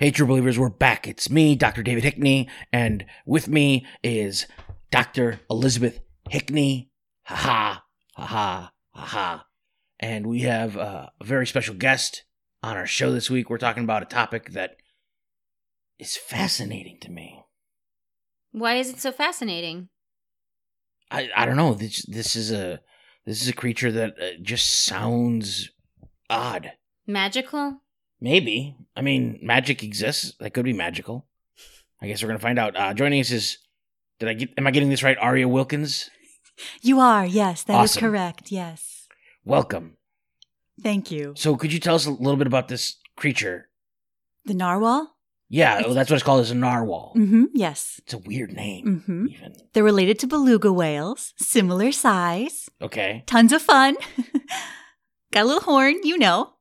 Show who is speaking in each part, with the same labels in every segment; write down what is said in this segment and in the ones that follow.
Speaker 1: Hey, true believers, we're back. It's me, Dr. David Hickney, and with me is Dr. Elizabeth Hickney. Ha ha, ha ha, ha ha. And we have uh, a very special guest on our show this week. We're talking about a topic that is fascinating to me.
Speaker 2: Why is it so fascinating?
Speaker 1: I, I don't know. This this is a this is a creature that uh, just sounds odd.
Speaker 2: Magical?
Speaker 1: Maybe. I mean, magic exists. That could be magical. I guess we're gonna find out. Uh, joining us is, did I get? Am I getting this right? Aria Wilkins.
Speaker 3: You are, yes, that is
Speaker 1: Awesome.
Speaker 3: correct, yes.
Speaker 1: Welcome.
Speaker 3: Thank you.
Speaker 1: So, could you tell us a little bit about this creature?
Speaker 3: The narwhal?
Speaker 1: Yeah, well, that's what it's called. Is a narwhal.
Speaker 3: Mm-hmm, yes.
Speaker 1: It's a weird name,
Speaker 3: Mm-hmm.
Speaker 1: even.
Speaker 3: They're related to beluga whales, similar size,
Speaker 1: Okay.
Speaker 3: tons of fun. Got a little horn, you know.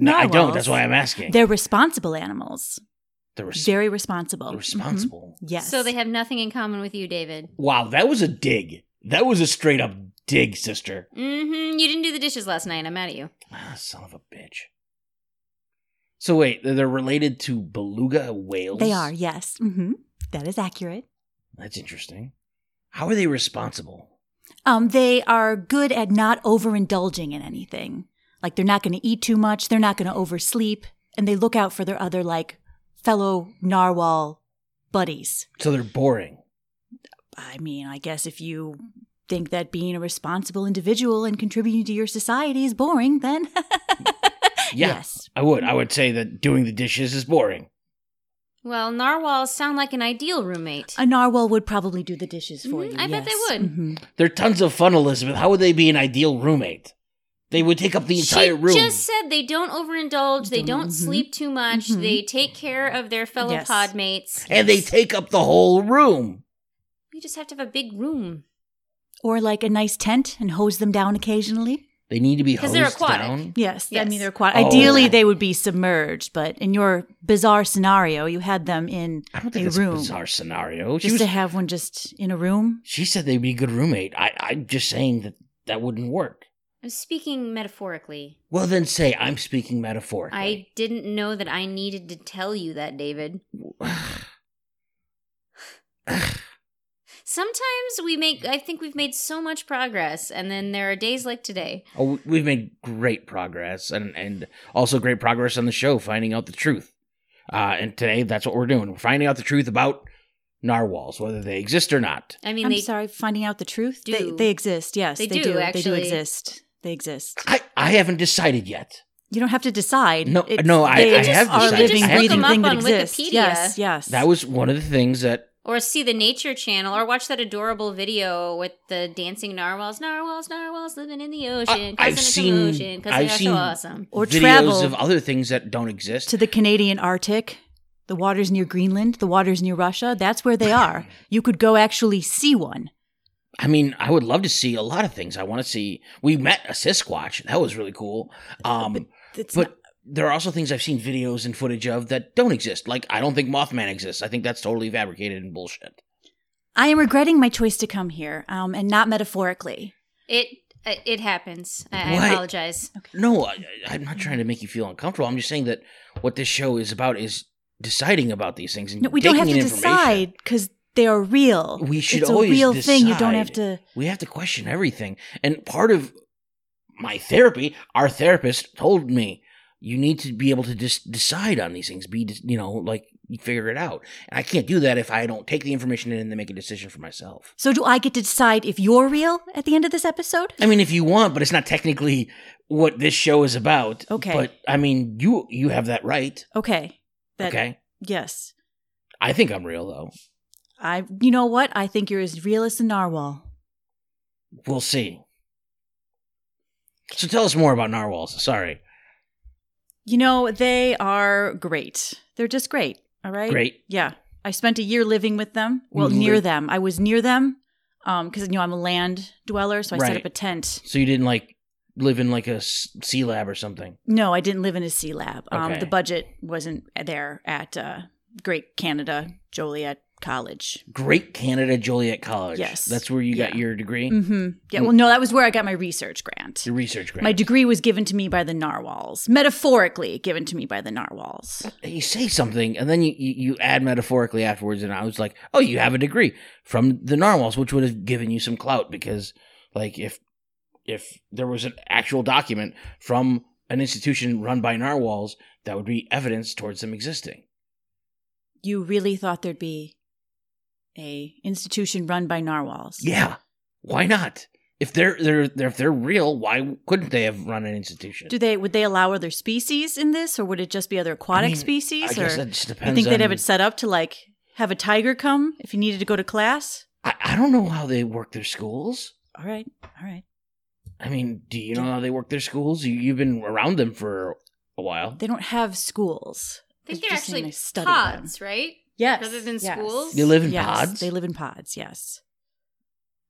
Speaker 1: No, I don't.
Speaker 3: Narwhals.
Speaker 1: That's why I'm asking.
Speaker 3: They're responsible animals,
Speaker 1: the res-
Speaker 3: very responsible.
Speaker 1: the
Speaker 3: Mhm.
Speaker 1: responsible.
Speaker 3: Yes.
Speaker 2: So they have nothing in common with you, David.
Speaker 1: Wow, that was a dig. That was a straight up dig, sister.
Speaker 2: Mm-hmm. You didn't do the dishes last night. I'm mad at you.
Speaker 1: Ah, son of a bitch. So wait, they're related to beluga whales.
Speaker 3: They are, yes. Mm-hmm. That is accurate.
Speaker 1: That's interesting. How are they responsible?
Speaker 3: Um, they are good at not overindulging in anything. Like they're not going to eat too much, they're not going to oversleep, and they look out for their other like fellow narwhal buddies.
Speaker 1: So they're boring.
Speaker 3: I mean, I guess if you think that being a responsible individual and contributing to your society is boring, then
Speaker 1: Yeah.
Speaker 3: yes.
Speaker 1: I would. I would say that doing the dishes is boring.
Speaker 2: Well, narwhals sound like an ideal roommate.
Speaker 3: A narwhal would probably do the dishes for
Speaker 2: Mhm,
Speaker 3: you.
Speaker 2: I bet they
Speaker 3: yes.
Speaker 2: would.
Speaker 3: Mhm.
Speaker 1: They're tons of fun, Elizabeth. How would they be an ideal roommate? They would take up the entire
Speaker 2: she
Speaker 1: room. Mm-hmm.
Speaker 2: just said they don't overindulge, they don't
Speaker 3: Don't- mhm.
Speaker 2: sleep too much,
Speaker 3: Mhm.
Speaker 2: they take care of their fellow
Speaker 3: Yes.
Speaker 2: podmates.
Speaker 1: and they take up the whole room.
Speaker 2: You just have to have a big room.
Speaker 3: Or like a nice tent and hose them down occasionally.
Speaker 1: They need to be
Speaker 2: 'Cause
Speaker 1: hosed
Speaker 2: they're aquatic.
Speaker 1: down.
Speaker 3: Yes, I
Speaker 2: Yes.
Speaker 3: mean they're quite.
Speaker 1: Oh.
Speaker 3: Ideally, they would be submerged, but in your bizarre scenario, you had them in
Speaker 1: I don't
Speaker 3: a
Speaker 1: think that's
Speaker 3: room.
Speaker 1: a bizarre scenario. She
Speaker 3: Just
Speaker 1: was
Speaker 3: to have one just in a room.
Speaker 1: She said they'd be a good roommate. I, I'm just saying that that wouldn't work.
Speaker 2: I'm speaking metaphorically.
Speaker 1: Well, then say I'm speaking metaphorically.
Speaker 2: I didn't know that I needed to tell you that, David. Sometimes we make, I think we've made so much progress, and then there are days like today.
Speaker 1: oh, we've made great progress, and and also great progress on the show, finding out the truth. Uh, and today, that's what we're doing. We're finding out the truth about narwhals, whether they exist or not.
Speaker 2: I mean,
Speaker 3: I'm
Speaker 2: they
Speaker 3: sorry, finding out the truth. They,
Speaker 2: do.
Speaker 3: they exist. Yes,
Speaker 2: They
Speaker 3: they,
Speaker 2: do,
Speaker 3: They do
Speaker 2: actually.
Speaker 3: exist. They exist.
Speaker 1: I, I haven't decided yet.
Speaker 3: You don't have to decide.
Speaker 1: No- no, I-
Speaker 3: they
Speaker 1: I have
Speaker 3: are a
Speaker 1: decided.
Speaker 3: living,
Speaker 1: I have
Speaker 3: breathing
Speaker 1: decided.
Speaker 3: thing that
Speaker 2: Look 'em up on
Speaker 3: exists.
Speaker 2: Wikipedia.
Speaker 3: Yes, yes.
Speaker 1: That was one of the things that
Speaker 2: or see the nature channel or watch that adorable video with the dancing narwhals narwhals narwhals living in the ocean
Speaker 1: I- I've
Speaker 2: causing
Speaker 1: seen-
Speaker 2: a commotion because
Speaker 1: I've
Speaker 2: they're
Speaker 1: seen-
Speaker 2: so awesome
Speaker 3: or
Speaker 1: videos
Speaker 3: travel
Speaker 1: of other things that don't exist.
Speaker 3: to the Canadian Arctic, the waters near Greenland, the waters near Russia. That's where they are. You could go actually see one.
Speaker 1: I mean, I would love to see a lot of things. I want to see. We met a Sasquatch. That was really cool. Um,
Speaker 3: It's
Speaker 1: but
Speaker 3: not-
Speaker 1: there are also things I've seen videos and footage of that don't exist. Like I don't think Mothman exists. I think that's totally fabricated and bullshit.
Speaker 3: I am regretting my choice to come here, um, and not metaphorically.
Speaker 2: it uh, it happens i,
Speaker 1: What?
Speaker 2: I apologize
Speaker 1: No, I, I- I'm not trying to make you feel uncomfortable. I'm just saying that what this show is about is deciding about these things and
Speaker 3: No, we don't
Speaker 1: taking
Speaker 3: have to
Speaker 1: in information.
Speaker 3: decide because they are real.
Speaker 1: We should
Speaker 3: it's
Speaker 1: always
Speaker 3: a real thing. You
Speaker 1: decide.
Speaker 3: don't have to.
Speaker 1: We have to question everything. And part of my therapy, our therapist told me, you need to be able to just decide on these things. Be you know like you figure it out. And I can't do that if I don't take the information in and then make a decision for myself.
Speaker 3: So, do I get to decide if you're real at the end of this episode?
Speaker 1: I mean, if you want, but it's not technically what this show is about.
Speaker 3: Okay.
Speaker 1: But I mean, you you have that right.
Speaker 3: Okay. That,
Speaker 1: okay.
Speaker 3: Yes.
Speaker 1: I think I'm real though.
Speaker 3: I. You know what? I think you're as real as a narwhal.
Speaker 1: We'll see. So tell us more about narwhals. Sorry.
Speaker 3: You know, they are great. They're just great. All right.
Speaker 1: Great. Mm-hmm.
Speaker 3: Yeah. I spent a year living with them. Well,
Speaker 1: Li-
Speaker 3: near them. I was near them um because you know I'm a land dweller, so I set
Speaker 1: Right.
Speaker 3: up a tent.
Speaker 1: So you didn't like live in like a s- sea lab or something.
Speaker 3: No, I didn't live in a sea lab. Um
Speaker 1: Okay.
Speaker 3: the budget wasn't there at uh Great Canada Joliet college.
Speaker 1: Great Canada Joliet College.
Speaker 3: Yes.
Speaker 1: That's where you got
Speaker 3: Yeah.
Speaker 1: your degree,
Speaker 3: hmm Yeah, well, no, that was where I got my research grant.
Speaker 1: Mm. your research grant.
Speaker 3: My degree was given to me by the narwhals, metaphorically given to me by the narwhals.
Speaker 1: you say something and then you, you, you add metaphorically afterwards and i was like oh you have a degree from the narwhals which would have given you some clout because like if if there was an actual document from an institution run by narwhals that would be evidence towards them existing
Speaker 3: You really thought there'd be a institution run by narwhals?
Speaker 1: yeah why not if they're they're, they're if they're real why couldn't they have run an institution
Speaker 3: Do they would they allow other species in this, or would it just be other aquatic
Speaker 1: mean,
Speaker 3: species?
Speaker 1: i
Speaker 3: or
Speaker 1: guess that just depends
Speaker 3: you think they'd have
Speaker 1: on-
Speaker 3: it set up to like have a tiger come if you needed to go to class?
Speaker 1: I, I don't know how they work their schools
Speaker 3: All right, all right.
Speaker 1: i mean do you know how they work their schools you, you've been around them for a while
Speaker 3: They don't have schools.
Speaker 2: I think
Speaker 3: It's
Speaker 2: they're
Speaker 3: just saying
Speaker 2: actually
Speaker 3: they study
Speaker 2: pods,
Speaker 3: them.
Speaker 2: right?
Speaker 3: Yes,
Speaker 2: rather than
Speaker 3: yes.
Speaker 2: schools?
Speaker 1: They live in
Speaker 3: Yes,
Speaker 1: pods?
Speaker 3: They live in pods. Yes,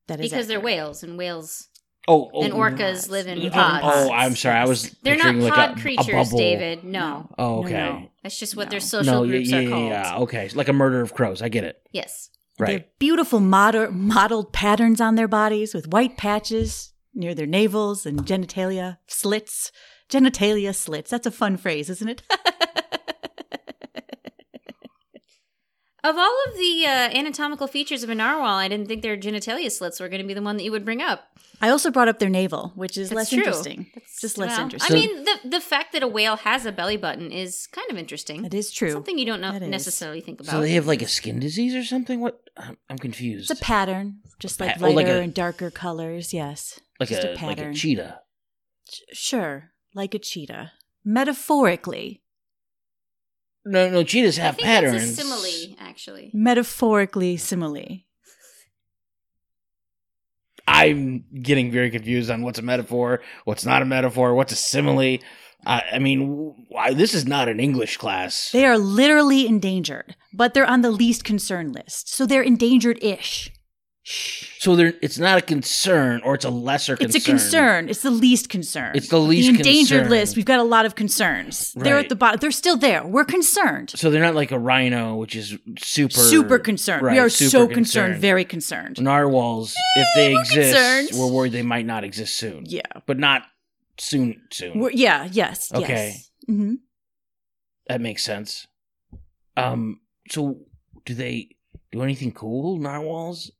Speaker 3: that is
Speaker 2: Because they're
Speaker 3: accurate.
Speaker 2: whales, and whales
Speaker 1: Oh, oh
Speaker 2: and orcas
Speaker 3: pods.
Speaker 2: live in
Speaker 1: oh,
Speaker 2: pods.
Speaker 1: Oh, I'm sorry. I was.
Speaker 3: Yes.
Speaker 2: They're not
Speaker 1: picturing,
Speaker 2: pod
Speaker 1: like, a- a
Speaker 2: creatures,
Speaker 1: bubble.
Speaker 2: David. No.
Speaker 1: Oh,
Speaker 3: No,
Speaker 1: okay.
Speaker 3: no.
Speaker 2: That's just what their
Speaker 3: No.
Speaker 2: social
Speaker 1: yeah,
Speaker 2: groups
Speaker 1: yeah,
Speaker 2: are
Speaker 1: yeah,
Speaker 2: called.
Speaker 1: yeah. Okay, it's like a murder of crows. I get it.
Speaker 2: Yes.
Speaker 1: Right.
Speaker 3: They're beautiful moder- mottled patterns on their bodies with white patches near their navels and genitalia slits. Genitalia slits. That's a fun phrase, isn't it?
Speaker 2: Of all of the uh, anatomical features of a narwhal, I didn't think their genitalia slits were going to be the one that you would bring up.
Speaker 3: I also brought up their navel, which is
Speaker 2: That's
Speaker 3: less
Speaker 2: true.
Speaker 3: interesting. Just less
Speaker 2: Well, I
Speaker 3: interesting.
Speaker 2: mean, the the fact that a whale has a belly button is kind of interesting.
Speaker 3: that is true.
Speaker 2: Something you don't know,
Speaker 3: That is.
Speaker 2: necessarily think about.
Speaker 1: So they have like a skin disease or something. What? I'm, I'm confused.
Speaker 3: It's a pattern, just like
Speaker 1: pa- oh,
Speaker 3: lighter
Speaker 1: like a-
Speaker 3: and darker colors. Yes,
Speaker 1: like
Speaker 3: just a
Speaker 1: like a
Speaker 3: pattern.
Speaker 1: cheetah.
Speaker 3: Sh- sure, like a cheetah. Metaphorically,
Speaker 1: No, no, cheetahs
Speaker 2: I
Speaker 1: have
Speaker 2: think
Speaker 1: patterns.
Speaker 2: It's a simile, actually.
Speaker 3: metaphorically simile.
Speaker 1: I'm getting very confused on what's a metaphor, what's not a metaphor, what's a simile. I, I mean, why, this is not an English class.
Speaker 3: They are literally endangered, but they're on the least concern list, so they're endangered-ish.
Speaker 1: so they're, it's not a concern, or it's a lesser concern.
Speaker 3: It's a concern. It's the least concern.
Speaker 1: It's the least
Speaker 3: the endangered
Speaker 1: concern.
Speaker 3: list. We've got a lot of concerns. They're
Speaker 1: Right.
Speaker 3: at the bottom. They're still there. We're concerned.
Speaker 1: So they're not like a rhino, which is super
Speaker 3: super concerned.
Speaker 1: Right,
Speaker 3: we are
Speaker 1: super
Speaker 3: so concerned.
Speaker 1: concerned.
Speaker 3: Very concerned.
Speaker 1: narwhals. If they
Speaker 3: we're
Speaker 1: exist,
Speaker 3: concerned.
Speaker 1: we're worried they might not exist soon,
Speaker 3: Yeah.
Speaker 1: but not soon. Soon
Speaker 3: We're, yeah. Yes.
Speaker 1: Okay.
Speaker 3: Yes. hmm
Speaker 1: that makes sense. Um. So do they do anything cool, narwhals?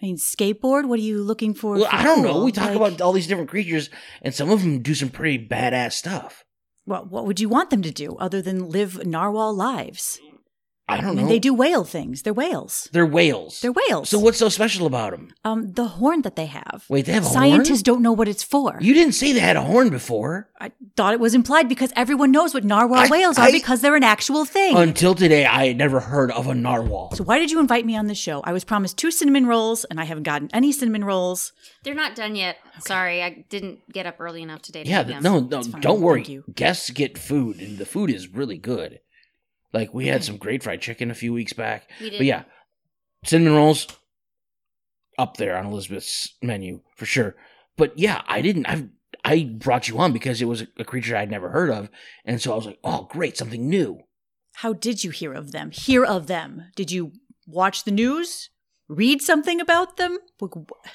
Speaker 3: I mean, skateboard. What are you looking for?
Speaker 1: Well,
Speaker 3: for
Speaker 1: I don't know.
Speaker 3: cool?
Speaker 1: We talk
Speaker 3: Like,
Speaker 1: about all these different creatures, and some of them do some pretty badass stuff.
Speaker 3: well, what would you want them to do other than live narwhal lives?
Speaker 1: I don't
Speaker 3: mean,
Speaker 1: know.
Speaker 3: they do whale things. They're whales.
Speaker 1: They're whales.
Speaker 3: They're whales.
Speaker 1: So what's so special about them?
Speaker 3: Um, the horn that they have.
Speaker 1: Wait, they have a
Speaker 3: Scientists don't know what it's for.
Speaker 1: horn. You didn't say they had a horn before
Speaker 3: I thought it was implied because everyone knows what narwhal
Speaker 1: I-
Speaker 3: whales are
Speaker 1: I-
Speaker 3: because they're an actual thing.
Speaker 1: until today. I had never heard of a narwhal.
Speaker 3: so why did you invite me on this show? I was promised two cinnamon rolls, and I haven't gotten any cinnamon rolls.
Speaker 2: They're not done yet. Sorry, I didn't get up early enough today. To
Speaker 1: Yeah,
Speaker 2: do
Speaker 1: th-
Speaker 2: them.
Speaker 1: no, no,
Speaker 3: fine.
Speaker 1: don't worry.
Speaker 3: Thank you.
Speaker 1: Guests get food, and the food is really good. Like we had some great fried chicken a few weeks back.
Speaker 2: We did.
Speaker 1: But yeah, cinnamon rolls up there on Elizabeth's menu for sure. But yeah, I didn't. I I brought you on because it was a, a creature I'd never heard of, and so I was like, oh, great, something new.
Speaker 3: How did you hear of them? Hear of them? Did you watch the news? Read something about them? Wh- wh-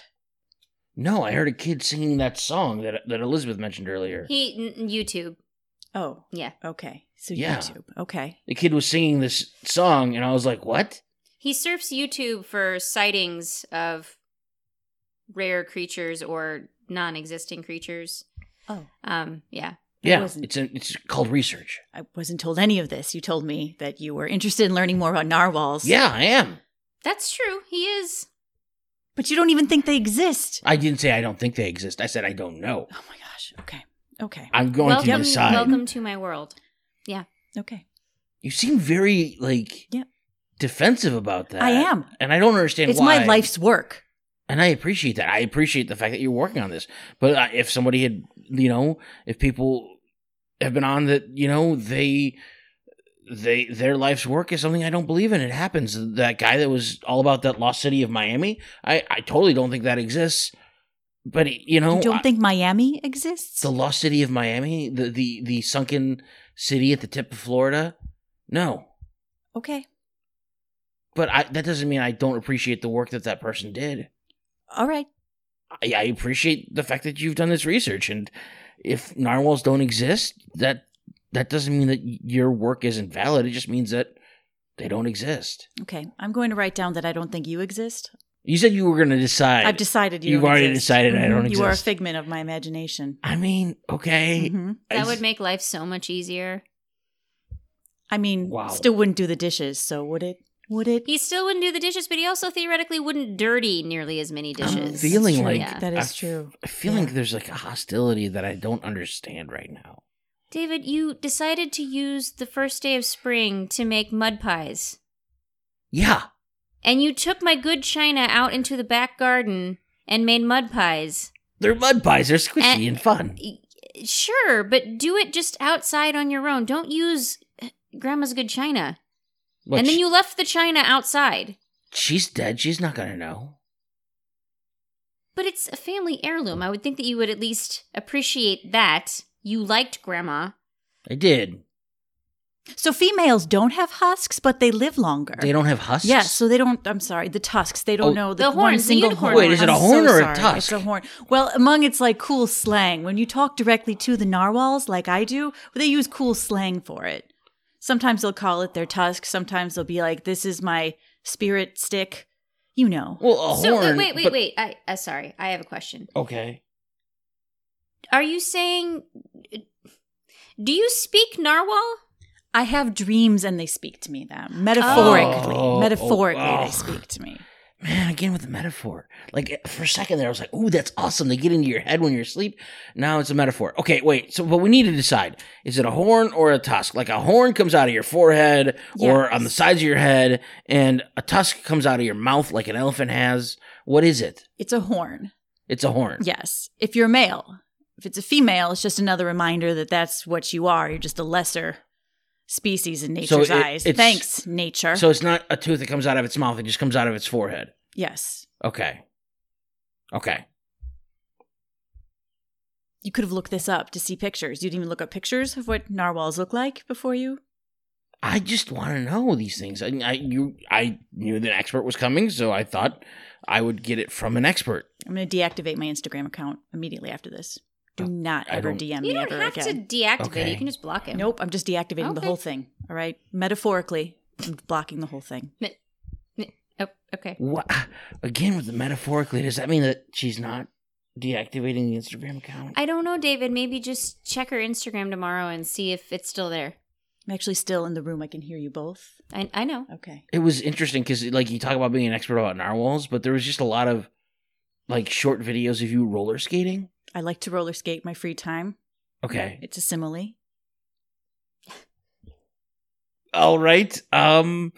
Speaker 1: No, I heard a kid singing that song that that Elizabeth mentioned earlier.
Speaker 2: He n- YouTube.
Speaker 3: Oh,
Speaker 2: Yeah.
Speaker 3: okay. So
Speaker 1: Yeah.
Speaker 3: YouTube. Okay.
Speaker 1: the kid was singing this song, and I was like, what?
Speaker 2: He surfs YouTube for sightings of rare creatures or non-existing creatures.
Speaker 3: Oh,
Speaker 2: Um, yeah.
Speaker 1: Yeah,
Speaker 3: wasn't-
Speaker 1: it's a, it's called research.
Speaker 3: I wasn't told any of this. You told me that you were interested in learning more about narwhals.
Speaker 1: Yeah, I am.
Speaker 2: That's true. He is.
Speaker 3: But you don't even think they exist.
Speaker 1: I didn't say I don't think they exist. I said I don't know.
Speaker 3: Oh my gosh. Okay. Okay.
Speaker 1: I'm going to
Speaker 2: welcome,
Speaker 1: decide.
Speaker 2: welcome to my world.
Speaker 3: Okay.
Speaker 1: You seem very like
Speaker 3: Yeah.
Speaker 1: defensive about that.
Speaker 3: I am.
Speaker 1: and I don't understand
Speaker 3: it's
Speaker 1: why.
Speaker 3: my life's work.
Speaker 1: and I appreciate that. I appreciate the fact that you're working on this. But uh, if somebody had, you know, if people have been on that, you know, they they their life's work is something I don't believe in. It happens. That guy that was all about that lost city of Miami, I I totally don't think that exists. But you know,
Speaker 3: you don't
Speaker 1: I-
Speaker 3: think Miami exists?
Speaker 1: the lost city of Miami, the the the sunken city at the tip of Florida. No,
Speaker 3: okay.
Speaker 1: But I, that doesn't mean I don't appreciate the work that that person did.
Speaker 3: All right.
Speaker 1: I, I appreciate the fact that you've done this research, and if narwhals don't exist, that that doesn't mean that y- your work isn't valid. It just means that they don't exist.
Speaker 3: Okay. I'm going to write down that I don't think you exist.
Speaker 1: You said you were going to decide.
Speaker 3: I've decided you.
Speaker 1: You've
Speaker 3: don't
Speaker 1: already
Speaker 3: exist.
Speaker 1: decided I
Speaker 3: Mhm.
Speaker 1: don't
Speaker 3: You are a
Speaker 1: exist.
Speaker 3: figment of my imagination.
Speaker 1: I mean, okay.
Speaker 3: Mhm.
Speaker 1: I
Speaker 2: Mm-hmm. That
Speaker 1: s-
Speaker 2: would make life so much easier.
Speaker 3: I mean,
Speaker 1: Wow.
Speaker 3: still wouldn't do the dishes, so would it? Would it?
Speaker 2: He still wouldn't do the dishes, but he also theoretically wouldn't dirty nearly as many
Speaker 1: I'm
Speaker 2: dishes.
Speaker 1: feeling
Speaker 3: That's true.
Speaker 1: like
Speaker 2: Yeah.
Speaker 3: that
Speaker 1: I
Speaker 3: is
Speaker 1: f-
Speaker 3: true.
Speaker 1: I feel
Speaker 3: Yeah.
Speaker 1: like there's like a hostility that I don't understand right now.
Speaker 2: David, you decided to use the first day of spring to make mud pies.
Speaker 1: Yeah,
Speaker 2: And you took my good china out into the back garden and made mud pies.
Speaker 1: they're mud pies. They're squishy
Speaker 2: And-
Speaker 1: and fun.
Speaker 2: Y- Sure, but do it just outside on your own. Don't use uh, grandma's good china.
Speaker 1: But
Speaker 2: and then
Speaker 1: sh-
Speaker 2: you left the china outside.
Speaker 1: she's dead. She's not gonna know.
Speaker 2: But it's a family heirloom. I would think that you would at least appreciate that. You liked grandma.
Speaker 1: I did.
Speaker 3: So females don't have husks, but they live longer.
Speaker 1: They don't have husks.
Speaker 3: Yeah, so they don't. I'm sorry, the tusks. They don't
Speaker 1: Oh.
Speaker 3: know
Speaker 2: The
Speaker 3: the, one
Speaker 2: horns, the
Speaker 3: single
Speaker 2: unicorn
Speaker 3: horn.
Speaker 2: Wait, is
Speaker 1: it a
Speaker 3: I'm
Speaker 1: horn
Speaker 3: so
Speaker 1: or a
Speaker 3: sorry.
Speaker 1: tusk?
Speaker 3: It's a horn. Well, among its like cool slang, when you talk directly to the narwhals, like I do, they use cool slang for it. Sometimes they'll call it their tusk. Sometimes they'll be like, "This is my spirit stick," you know.
Speaker 1: Well, a
Speaker 2: so
Speaker 1: horn.
Speaker 2: wait, wait, wait,
Speaker 1: but-
Speaker 2: wait. I uh, sorry, I have a question.
Speaker 1: Okay.
Speaker 2: Are you saying? Do you speak narwhal?
Speaker 3: I have dreams, and they speak to me. Them metaphorically,
Speaker 1: Oh.
Speaker 3: metaphorically,
Speaker 1: Oh.
Speaker 3: they speak to me.
Speaker 1: Man, again with the metaphor. Like for a second there, I was like, "Ooh, that's awesome." They get into your head when you're asleep. Now it's a metaphor. Okay, wait. So, but we need to decide: is it a horn or a tusk? Like a horn comes out of your forehead or
Speaker 3: Yes.
Speaker 1: on the sides of your head, and a tusk comes out of your mouth like an elephant has. What is it?
Speaker 3: It's a horn.
Speaker 1: It's a horn.
Speaker 3: Yes. If you're male, if it's a female, it's just another reminder that that's what you are. You're just a lesser species in nature's
Speaker 1: it-
Speaker 3: eyes.
Speaker 1: it's-
Speaker 3: Thanks, nature.
Speaker 1: So it's not a tooth that comes out of its mouth; it just comes out of its forehead.
Speaker 3: yes.
Speaker 1: Okay. Okay.
Speaker 3: You could have looked this up to see pictures. You didn't even look up pictures of what narwhals look like before you.
Speaker 1: I just want to know these things. I, I you I knew the expert was coming, so I thought I would get it from an expert.
Speaker 3: I'm going to deactivate my Instagram account immediately after this. Do
Speaker 1: Oh,
Speaker 3: not
Speaker 1: I
Speaker 3: ever
Speaker 1: don't-
Speaker 3: DM
Speaker 2: You
Speaker 3: me
Speaker 2: don't
Speaker 3: ever
Speaker 2: have to
Speaker 3: Um, again.
Speaker 2: deactivate it.
Speaker 1: Okay.
Speaker 2: You can just block him.
Speaker 3: Nope, I'm just deactivating the
Speaker 2: Okay.
Speaker 3: whole thing. All right, metaphorically, I'm blocking the whole thing.
Speaker 2: Oh, okay.
Speaker 1: What again with the metaphorically? Does that mean that she's not deactivating the Instagram account?
Speaker 2: I don't know, David. Maybe just check her Instagram tomorrow and see if it's still there.
Speaker 3: I'm actually still in the room. I can hear you both.
Speaker 2: I, I know.
Speaker 3: Okay.
Speaker 1: it was interesting because like you talk about being an expert about narwhals, but there was just a lot of like short videos of you roller skating.
Speaker 3: I like to roller skate in my free time.
Speaker 1: Okay,
Speaker 3: It's a simile.
Speaker 1: all right, um,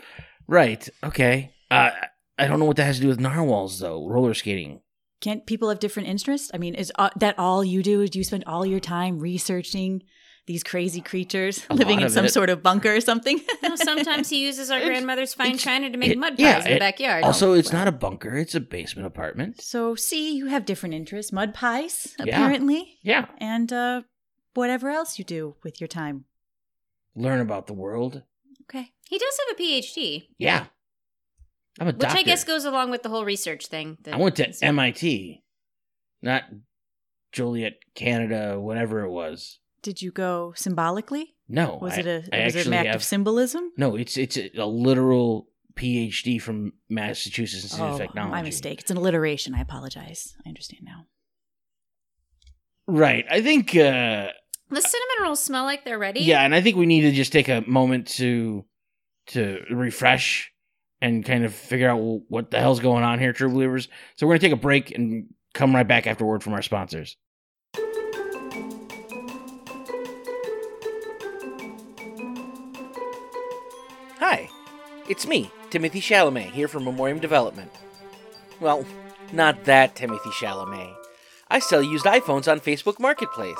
Speaker 1: right, okay. Uh, I don't know what that has to do with narwhals though. Roller skating.
Speaker 3: Can't people have different interests? I mean, is uh, that all you do? Is you spend all your time researching these crazy creatures
Speaker 1: A
Speaker 3: living
Speaker 1: lot
Speaker 3: in
Speaker 1: of
Speaker 3: some
Speaker 1: it.
Speaker 3: sort of bunker or something?
Speaker 2: No, sometimes he uses our
Speaker 1: It's-
Speaker 2: grandmother's fine
Speaker 1: it's-
Speaker 2: china to make
Speaker 1: it-
Speaker 2: mud pies
Speaker 1: yeah,
Speaker 2: in the
Speaker 1: it-
Speaker 2: backyard.
Speaker 1: Also, it's not a bunker; it's a basement apartment.
Speaker 3: so, see, you have different interests. Mud pies,
Speaker 1: Yeah.
Speaker 3: apparently,
Speaker 1: Yeah,
Speaker 3: and uh, whatever else you do with your time.
Speaker 1: learn about the world.
Speaker 3: Okay.
Speaker 2: He does have a PhD,
Speaker 1: Yeah, I'm a
Speaker 2: which
Speaker 1: doctor.
Speaker 2: I guess goes along with the whole research thing. that-
Speaker 1: I went to MIT, not Joliet, Canada, whatever it was.
Speaker 3: Did you go symbolically?
Speaker 1: No,
Speaker 3: Was
Speaker 1: Oh, I-
Speaker 3: it a
Speaker 1: I
Speaker 3: was it an
Speaker 1: actually
Speaker 3: act
Speaker 1: have-
Speaker 3: of symbolism?
Speaker 1: No, it's it's a, a literal PhD from Massachusetts Institute of Technology.
Speaker 3: Oh, my mistake. It's an alliteration. I apologize. I understand now.
Speaker 1: Right. I think. uh
Speaker 2: The cinnamon rolls smell like they're ready.
Speaker 1: Yeah, and I think we need to just take a moment to to refresh and kind of figure out what the hell's going on here, true believers. So we're gonna take a break and come right back after word from our sponsors. Hi, it's me, Timothy Chalamet, here from Memoriam Development. Well, not that Timothy Chalamet. I sell used iPhones on Facebook Marketplace.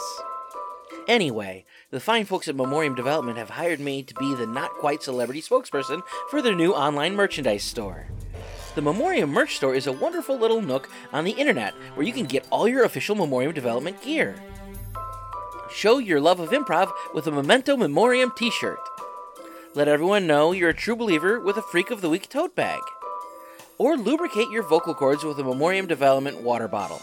Speaker 1: Anyway, the fine folks at Memoriam Development have hired me to be the not quite celebrity spokesperson for their new online merchandise store. The Memoriam Merch Store is a wonderful little nook on the internet where you can get all your official Memoriam Development gear. Show your love of improv with a Memento Memoriam t shirt.
Speaker 4: Let everyone know you're a true believer with a Freak of the Week tote bag. Or lubricate your vocal cords with a Memoriam Development water bottle.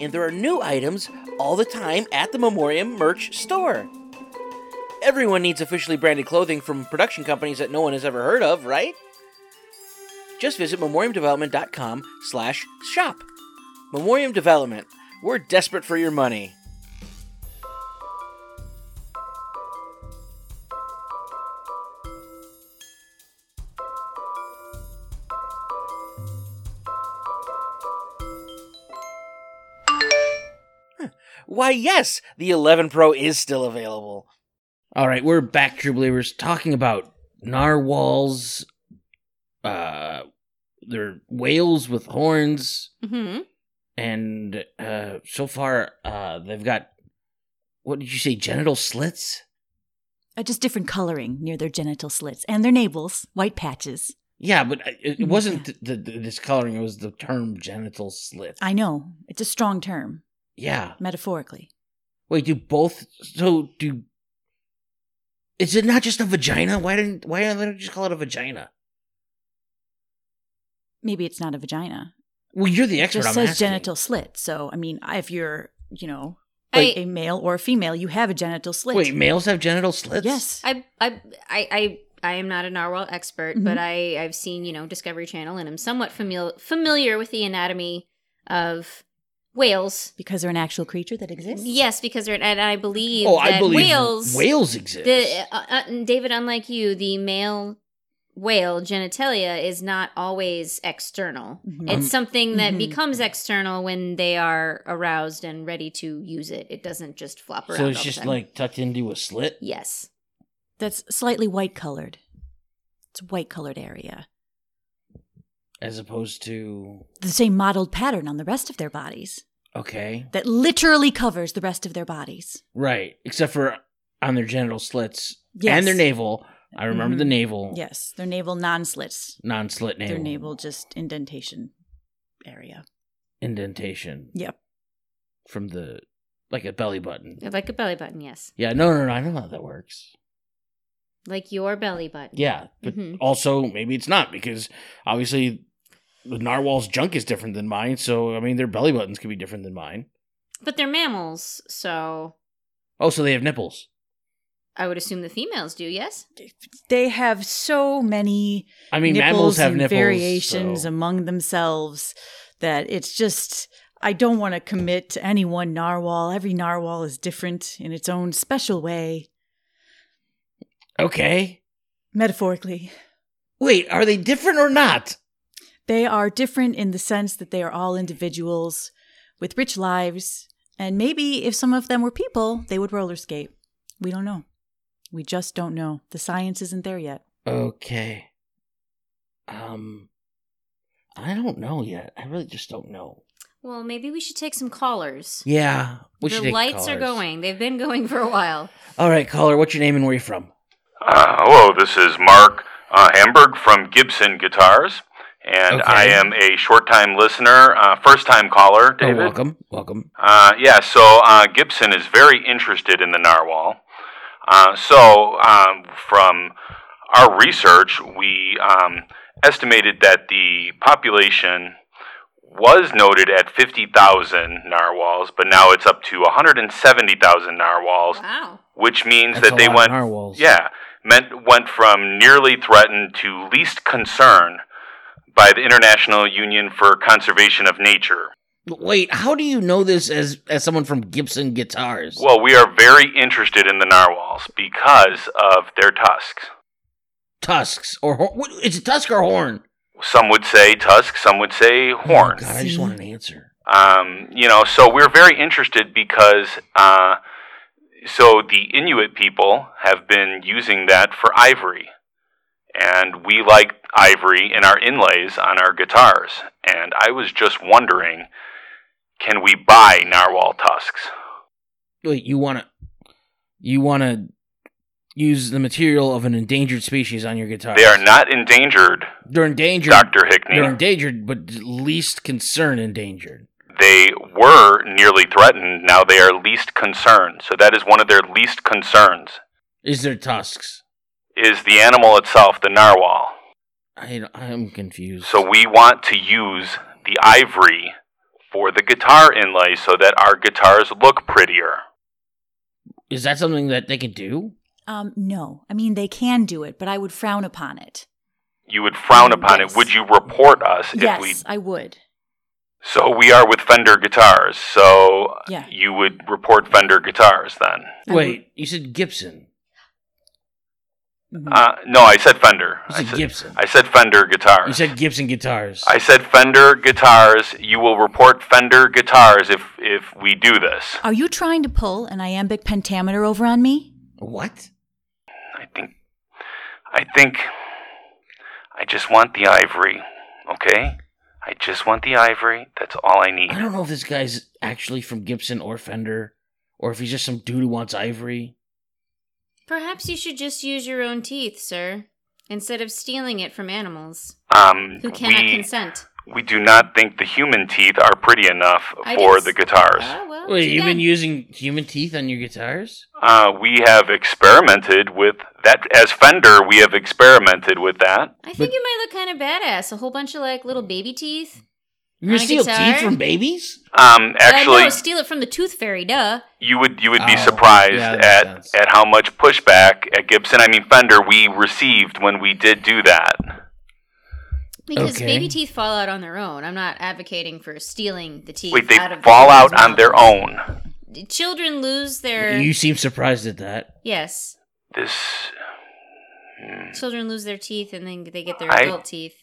Speaker 4: And there are new items all the time at the Memoriam merch store. Everyone needs officially branded clothing from production companies that no one has ever heard of, right? Just visit memoriamdevelopment.com slash shop. Memoriam Development. We're desperate for your money. Why, yes, the 11 Pro is still available.
Speaker 1: All right, we're back, True Believers, talking about narwhals, uh, they're whales with horns,
Speaker 2: Mm-hmm.
Speaker 1: and uh, so far, uh, they've got what did you say, genital slits?
Speaker 3: Uh, just different coloring near their genital slits and their navels, white patches.
Speaker 1: Yeah, but I- it, it
Speaker 3: Mm,
Speaker 1: wasn't the, the, this coloring; it was the term genital slit.
Speaker 3: I know, it's a strong term,
Speaker 1: yeah.
Speaker 3: metaphorically.
Speaker 1: Wait, do both? So do? Is it not just a vagina? Why didn't? Why don't they just call it a vagina?
Speaker 3: Maybe it's not a vagina.
Speaker 1: Well, you're the
Speaker 3: It
Speaker 1: expert.
Speaker 3: just
Speaker 1: on
Speaker 3: says genital slit. So, I mean, if you're, you know,
Speaker 2: I,
Speaker 3: a male or a female, you have a genital slit.
Speaker 1: Wait, males have genital slits?
Speaker 3: Yes.
Speaker 2: I, I, I, I, I am not a narwhal expert, but
Speaker 1: Mm-hmm.
Speaker 2: I, I've seen you know Discovery Channel, and I'm somewhat familiar familiar with the anatomy of whales.
Speaker 3: because they're an actual creature that exists?
Speaker 2: Yes, because they're and I believe
Speaker 1: Oh,
Speaker 2: that
Speaker 1: I believe
Speaker 2: whales.
Speaker 1: Whales exist.
Speaker 2: The uh, uh, David, unlike you, the male whale genitalia is not always external.
Speaker 3: Mhm.
Speaker 1: Um,
Speaker 2: It's something that
Speaker 3: Mhm.
Speaker 2: becomes external when they are aroused and ready to use it. It doesn't just flop around.
Speaker 1: so it's
Speaker 2: all the
Speaker 1: just
Speaker 2: time.
Speaker 1: like tucked into a slit.
Speaker 2: yes,
Speaker 3: That's slightly white colored. It's a white colored area.
Speaker 1: as opposed to
Speaker 3: The same mottled pattern on the rest of their bodies
Speaker 1: okay
Speaker 3: that literally covers the rest of their bodies.
Speaker 1: right except for on their genital slits
Speaker 3: Yes.
Speaker 1: and their navel i remember the
Speaker 3: Mhm.
Speaker 1: navel
Speaker 3: Yes, their navel non slits,
Speaker 1: non-slit navel
Speaker 3: their navel just indentation area.
Speaker 1: indentation
Speaker 3: Yep.
Speaker 1: from the like a belly button
Speaker 2: like a belly button. Yes,
Speaker 1: yeah no no no i know how that works
Speaker 2: like your belly button.
Speaker 1: yeah but
Speaker 3: Mm-hmm.
Speaker 2: Mhm.
Speaker 1: also maybe it's not because obviously the narwhal's junk is different than mine so i mean their belly buttons could be different than mine
Speaker 2: But they're mammals, so
Speaker 1: oh so they have nipples
Speaker 2: I would assume the females do. Yes.
Speaker 3: They have so many
Speaker 1: i mean mammals
Speaker 3: nipples
Speaker 1: have
Speaker 3: and
Speaker 1: nipples
Speaker 3: variations
Speaker 1: so-
Speaker 3: among themselves that it's just I don't want to commit to any one narwhal. Every narwhal is different in its own special way,
Speaker 1: okay
Speaker 3: metaphorically.
Speaker 1: wait are they different or not
Speaker 3: They are different in the sense that they are all individuals with rich lives. And maybe if some of them were people, they would roller skate. We don't know. We just don't know. The science isn't there yet.
Speaker 1: Okay. Um, I don't know yet. I really just don't know.
Speaker 2: Well, maybe we should take some callers.
Speaker 1: Yeah, we should
Speaker 2: the
Speaker 1: take
Speaker 2: lights are
Speaker 1: callers.
Speaker 2: going. They've been going for a while.
Speaker 1: All right, caller. What's your name and where you from?
Speaker 5: Uh, hello, this is Mark uh, Hamburg from Gibson Guitars, and
Speaker 1: Okay.
Speaker 5: I am a short-time listener, uh, first-time caller. David,
Speaker 1: Oh, welcome, welcome.
Speaker 5: Uh, yeah, so uh, Gibson is very interested in the narwhal. Uh, so, um, from our research, we um, estimated that the population was noted at 50,000 narwhals, but now it's up to 170,000 narwhals,
Speaker 2: Wow.
Speaker 5: which means
Speaker 1: That's
Speaker 5: that
Speaker 1: a
Speaker 5: they
Speaker 1: lot of
Speaker 5: went
Speaker 1: narwhals.
Speaker 5: yeah, meant went from nearly threatened to least concern by the International Union for Conservation of Nature.
Speaker 1: But Wait, how do you know this as as someone from Gibson Guitars?
Speaker 5: Well, we are very interested in the narwhals because of their tusks.
Speaker 1: Tusks or horn? What, it's a tusk or horn?
Speaker 5: Some would say tusk, some would say
Speaker 1: Oh,
Speaker 5: horn.
Speaker 1: God, I just want an answer.
Speaker 5: Um, you know, so we're very interested because uh, so the Inuit people have been using that for ivory, and we like ivory in our inlays on our guitars. And I was just wondering, can we buy narwhal tusks?
Speaker 1: Wait, you want to you want to use the material of an endangered species on your guitar?
Speaker 5: They are not endangered,
Speaker 1: They're endangered.
Speaker 5: Doctor Hickney.
Speaker 1: They're endangered, but least concern endangered.
Speaker 5: they were nearly threatened. Now they are least concerned. So that is one of their least concerns
Speaker 1: Is their tusks?
Speaker 5: is the animal itself, the narwhal.
Speaker 1: I, I'm confused.
Speaker 5: So we want to use the ivory for the guitar inlay so that our guitars look prettier.
Speaker 1: is that something that they can do?
Speaker 3: Um, no, I mean they can do it, but I would frown upon it.
Speaker 5: You would frown upon
Speaker 3: Yes.
Speaker 5: it. Would you report us if
Speaker 3: yes,
Speaker 5: we
Speaker 3: I would.
Speaker 5: So we are with Fender guitars. So
Speaker 3: Yeah.
Speaker 5: you would report Fender guitars then.
Speaker 3: I
Speaker 1: Wait, you said Gibson.
Speaker 3: Mhm.
Speaker 5: Uh, no, I said Fender.
Speaker 1: You
Speaker 5: I
Speaker 1: said
Speaker 5: said,
Speaker 1: Gibson.
Speaker 5: I said Fender guitars.
Speaker 1: You said Gibson guitars.
Speaker 5: I said Fender guitars. You will report Fender guitars if if we do this.
Speaker 3: Are you trying to pull an iambic pentameter over on me?
Speaker 1: what?
Speaker 5: I think I think I just want the ivory, okay? I just want the ivory. That's all I need.
Speaker 1: I don't know if this guy's actually from Gibson or Fender, or if he's just some dude who wants ivory.
Speaker 2: Perhaps you should just use your own teeth, sir, instead of stealing it from animals
Speaker 5: Um
Speaker 2: who cannot
Speaker 5: we
Speaker 2: consent.
Speaker 5: we do not think the human teeth are pretty enough
Speaker 2: I
Speaker 5: for
Speaker 2: guess-
Speaker 5: the guitars.
Speaker 2: Oh, well,
Speaker 1: Wait,
Speaker 2: too
Speaker 1: you've been
Speaker 2: bad.
Speaker 1: using human teeth on your guitars?
Speaker 5: Uh, we have experimented with that. As Fender, we have experimented with that.
Speaker 2: I think you might look kind of badass. A whole bunch of like little baby teeth.
Speaker 1: You're gonna
Speaker 2: On a
Speaker 1: steal
Speaker 2: guitar?
Speaker 1: teeth from babies?
Speaker 5: Um,
Speaker 2: uh,
Speaker 5: actually,
Speaker 2: no, steal it from the tooth fairy, duh.
Speaker 5: you would you would be
Speaker 1: Oh,
Speaker 5: surprised
Speaker 1: yeah, that makes
Speaker 5: at
Speaker 1: sense.
Speaker 5: at how much pushback at Gibson. I mean, Fender, we received when we did do that.
Speaker 2: Because
Speaker 1: Okay.
Speaker 2: baby teeth fall out on their own. I'm not advocating for stealing the teeth.
Speaker 5: Wait, they
Speaker 2: out of
Speaker 5: fall
Speaker 2: the
Speaker 5: out on their own.
Speaker 2: own. Children lose their
Speaker 1: You seem surprised at that.
Speaker 2: yes.
Speaker 5: This
Speaker 2: Children lose their teeth and then they get their
Speaker 5: I-
Speaker 2: adult teeth.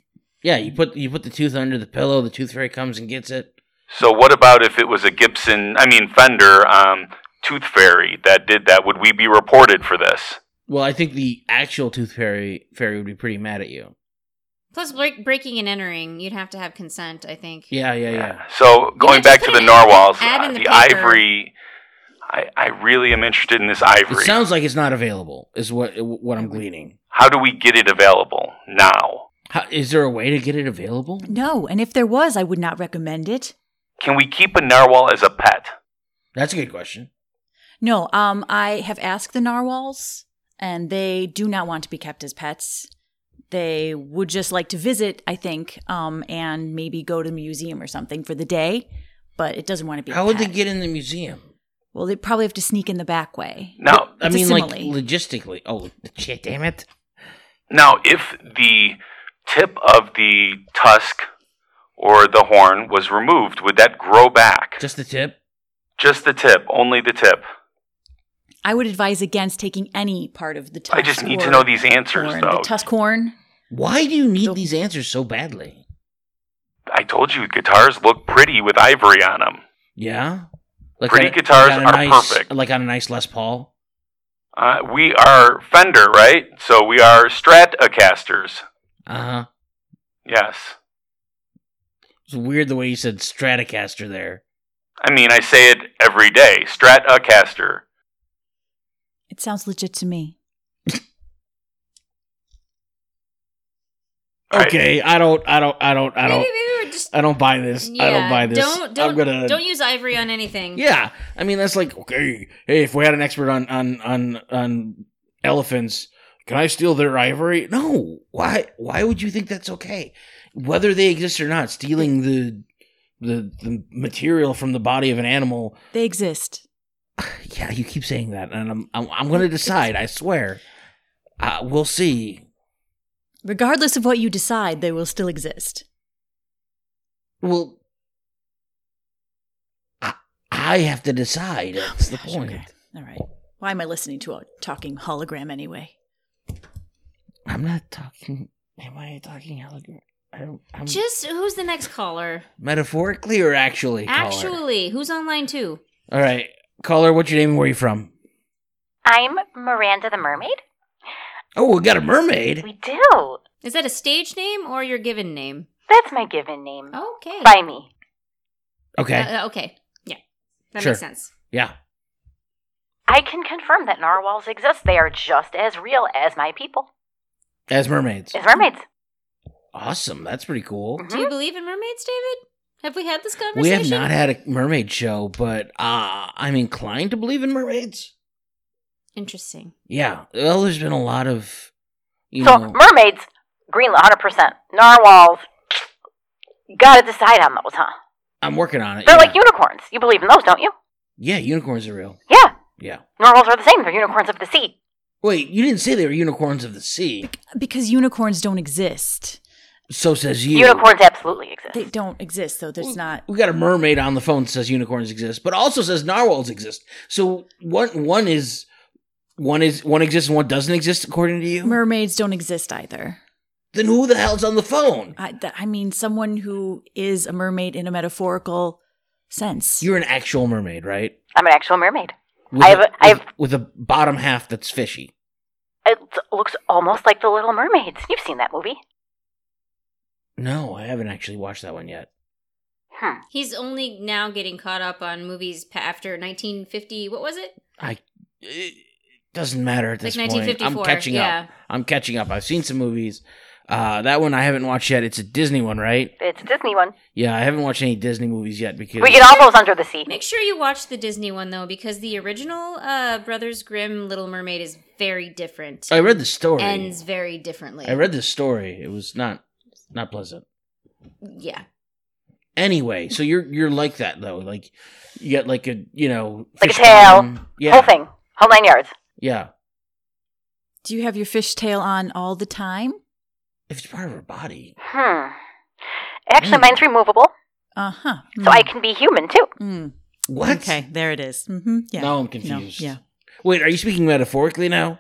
Speaker 1: Yeah, you put you put the tooth under the pillow. The tooth fairy comes and gets it.
Speaker 5: So, what about if it was a Gibson? I mean, Fender, um, Tooth Fairy that did that? Would we be reported for this?
Speaker 1: Well, I think the actual tooth fairy fairy would be pretty mad at you.
Speaker 2: Plus, break, breaking and entering, you'd have to have consent. I think.
Speaker 1: Yeah, yeah, yeah.
Speaker 5: So going
Speaker 2: just
Speaker 5: back
Speaker 2: put
Speaker 5: to the
Speaker 2: an
Speaker 5: narwhals,
Speaker 2: ad
Speaker 5: uh,
Speaker 2: in the
Speaker 5: the,
Speaker 2: paper.
Speaker 5: ivory. I, I really am interested in this
Speaker 1: It
Speaker 5: ivory.
Speaker 1: sounds like it's not available. Is what what I'm gleaning.
Speaker 5: How do we get it available now?
Speaker 1: How, is there a way to get it available?
Speaker 3: No, and if there was, I would not recommend it.
Speaker 5: Can we keep a narwhal as a pet?
Speaker 1: That's a good question.
Speaker 3: No, um, I have asked the narwhals, and they do not want to be kept as pets. They would just like to visit, I think, um, and maybe go to the museum or something for the day, but it doesn't want to be. a
Speaker 1: How would they
Speaker 3: pet.
Speaker 1: get in the museum?
Speaker 3: Well, they probably have to sneak in the back way.
Speaker 5: Now,
Speaker 1: I
Speaker 3: It's a
Speaker 1: mean, like
Speaker 3: simile.
Speaker 1: logistically. Oh shit! Damn it!
Speaker 5: now, if the tip of the tusk or the horn was removed, would that grow back?
Speaker 1: Just the tip.
Speaker 5: Just the tip, only the tip.
Speaker 3: I would advise against taking any part of the tusk.
Speaker 5: I just need to
Speaker 3: or
Speaker 5: know these answers,
Speaker 3: horn.
Speaker 5: though.
Speaker 3: The tusk horn.
Speaker 1: Why do you need
Speaker 3: The-
Speaker 1: these answers so badly?
Speaker 5: I told you, guitars look pretty with ivory on them.
Speaker 1: Yeah, like
Speaker 5: Pretty
Speaker 1: on a-
Speaker 5: guitars
Speaker 1: on a
Speaker 5: are
Speaker 1: nice-
Speaker 5: perfect.
Speaker 1: Like on a nice Les Paul.
Speaker 5: Uh, we are Fender, right? So we are Stratocasters.
Speaker 1: Uh huh.
Speaker 5: Yes.
Speaker 1: It's weird the way you said Stratocaster there.
Speaker 5: I mean, I say it every day. Stratocaster.
Speaker 3: It sounds legit to me.
Speaker 5: Right.
Speaker 1: Okay, I don't, I don't, I don't, I
Speaker 2: Maybe,
Speaker 1: don't,
Speaker 2: maybe we're just.
Speaker 1: I don't buy this.
Speaker 2: Yeah,
Speaker 1: I don't buy this.
Speaker 2: Don't don't,
Speaker 1: I'm gonna.
Speaker 2: don't use ivory on anything.
Speaker 1: Yeah, I mean that's like okay. Hey, if we had an expert on on on on elephants, can I steal their ivory? No. Why? Why would you think that's okay? Whether they exist or not, stealing the the the material from the body of an animal.
Speaker 3: They exist.
Speaker 1: Yeah, you keep saying that, and I'm I'm, I'm gonna decide. I swear. Uh, we'll see.
Speaker 3: Regardless of what you decide, they will still exist.
Speaker 1: Well, I, I have to decide. That's the
Speaker 3: Gosh,
Speaker 1: point.
Speaker 3: okay. All right. Why am I listening to a talking hologram anyway?
Speaker 1: I'm not talking. Am I talking allegory? I don't, I'm
Speaker 2: Just who's the next caller?
Speaker 1: metaphorically or actually. caller?
Speaker 2: Actually, who's online too?
Speaker 1: All right, caller. What's your name? and Where are you from?
Speaker 6: I'm Miranda the Mermaid.
Speaker 1: Oh, we got a mermaid.
Speaker 6: We do.
Speaker 2: Is that a stage name or your given name?
Speaker 6: That's my given name.
Speaker 2: Okay.
Speaker 6: By me.
Speaker 1: Okay.
Speaker 2: Uh, okay. Yeah. That
Speaker 1: Sure.
Speaker 2: makes sense.
Speaker 1: yeah.
Speaker 6: I can confirm that narwhals exist. They are just as real as my people,
Speaker 1: As mermaids.
Speaker 6: as mermaids.
Speaker 1: Awesome. That's pretty cool.
Speaker 6: Mhm.
Speaker 2: Do you believe in mermaids, David? Have we had this conversation?
Speaker 1: We have not had a mermaid show, but uh, I'm inclined to believe in mermaids.
Speaker 2: Interesting.
Speaker 1: Yeah. Well, there's been a lot of You
Speaker 6: So
Speaker 1: know,
Speaker 6: mermaids, Greenland, hundred percent. Narwhals, gotta decide on those, huh?
Speaker 1: I'm working on it.
Speaker 6: They're
Speaker 1: yeah.
Speaker 6: like unicorns. You believe in those, don't you?
Speaker 1: yeah, unicorns are real.
Speaker 6: Yeah.
Speaker 1: Yeah.
Speaker 6: Narwhals are the same. They're unicorns of the sea.
Speaker 1: Wait, you didn't say they were unicorns of the sea.
Speaker 3: because unicorns don't exist.
Speaker 1: So says you.
Speaker 6: Unicorns absolutely exist.
Speaker 3: They don't exist, so there's not.
Speaker 1: We got a mermaid on the phone that says unicorns exist, but also says narwhals exist. So one one is one is one exists and one doesn't exist according to you.
Speaker 3: Mermaids don't exist either.
Speaker 1: then who the hell's on the phone?
Speaker 3: I, th- I mean, someone who is a mermaid in a metaphorical sense.
Speaker 1: You're an actual mermaid, right?
Speaker 6: I'm an actual mermaid.
Speaker 1: With
Speaker 6: I have a- I have-
Speaker 1: with, with a bottom half that's fishy.
Speaker 6: It looks almost like the Little Mermaids. You've seen that movie.
Speaker 1: No, I haven't actually watched that one yet.
Speaker 6: Hmm.
Speaker 2: He's only now getting caught up on movies pa- after 1950. What was it?
Speaker 1: It doesn't matter at this
Speaker 2: like
Speaker 1: point.
Speaker 2: 1954.
Speaker 1: I'm catching
Speaker 2: yeah.
Speaker 1: up. I'm catching up. I've seen some movies. Uh, that one I haven't watched yet. It's a Disney one, right?
Speaker 6: It's a Disney one.
Speaker 1: Yeah, I haven't watched any Disney movies yet because
Speaker 6: We get all those under the sea.
Speaker 2: Make sure you watch the Disney one though, because the original uh, Brothers Grimm Little Mermaid is very different.
Speaker 1: I read the story.
Speaker 2: Ends very differently.
Speaker 1: I read the story. It was not not pleasant.
Speaker 2: Yeah.
Speaker 1: Anyway, so you're you're like that though. Like you get like a you know
Speaker 6: Like a
Speaker 1: fish
Speaker 6: tail.
Speaker 1: bone. Yeah,
Speaker 6: Whole thing. Whole nine yards.
Speaker 1: yeah.
Speaker 3: Do you have your fishtail on all the time?
Speaker 1: If it's part of her body,
Speaker 6: Hmm. Actually,
Speaker 1: Mm.
Speaker 6: mine's removable,
Speaker 3: Uh huh.
Speaker 6: so I can be human too.
Speaker 1: what?
Speaker 3: Hmm. Okay, there it is. Mm-hmm. Yeah.
Speaker 1: Now I'm confused.
Speaker 3: yeah.
Speaker 1: Wait, are you speaking metaphorically now?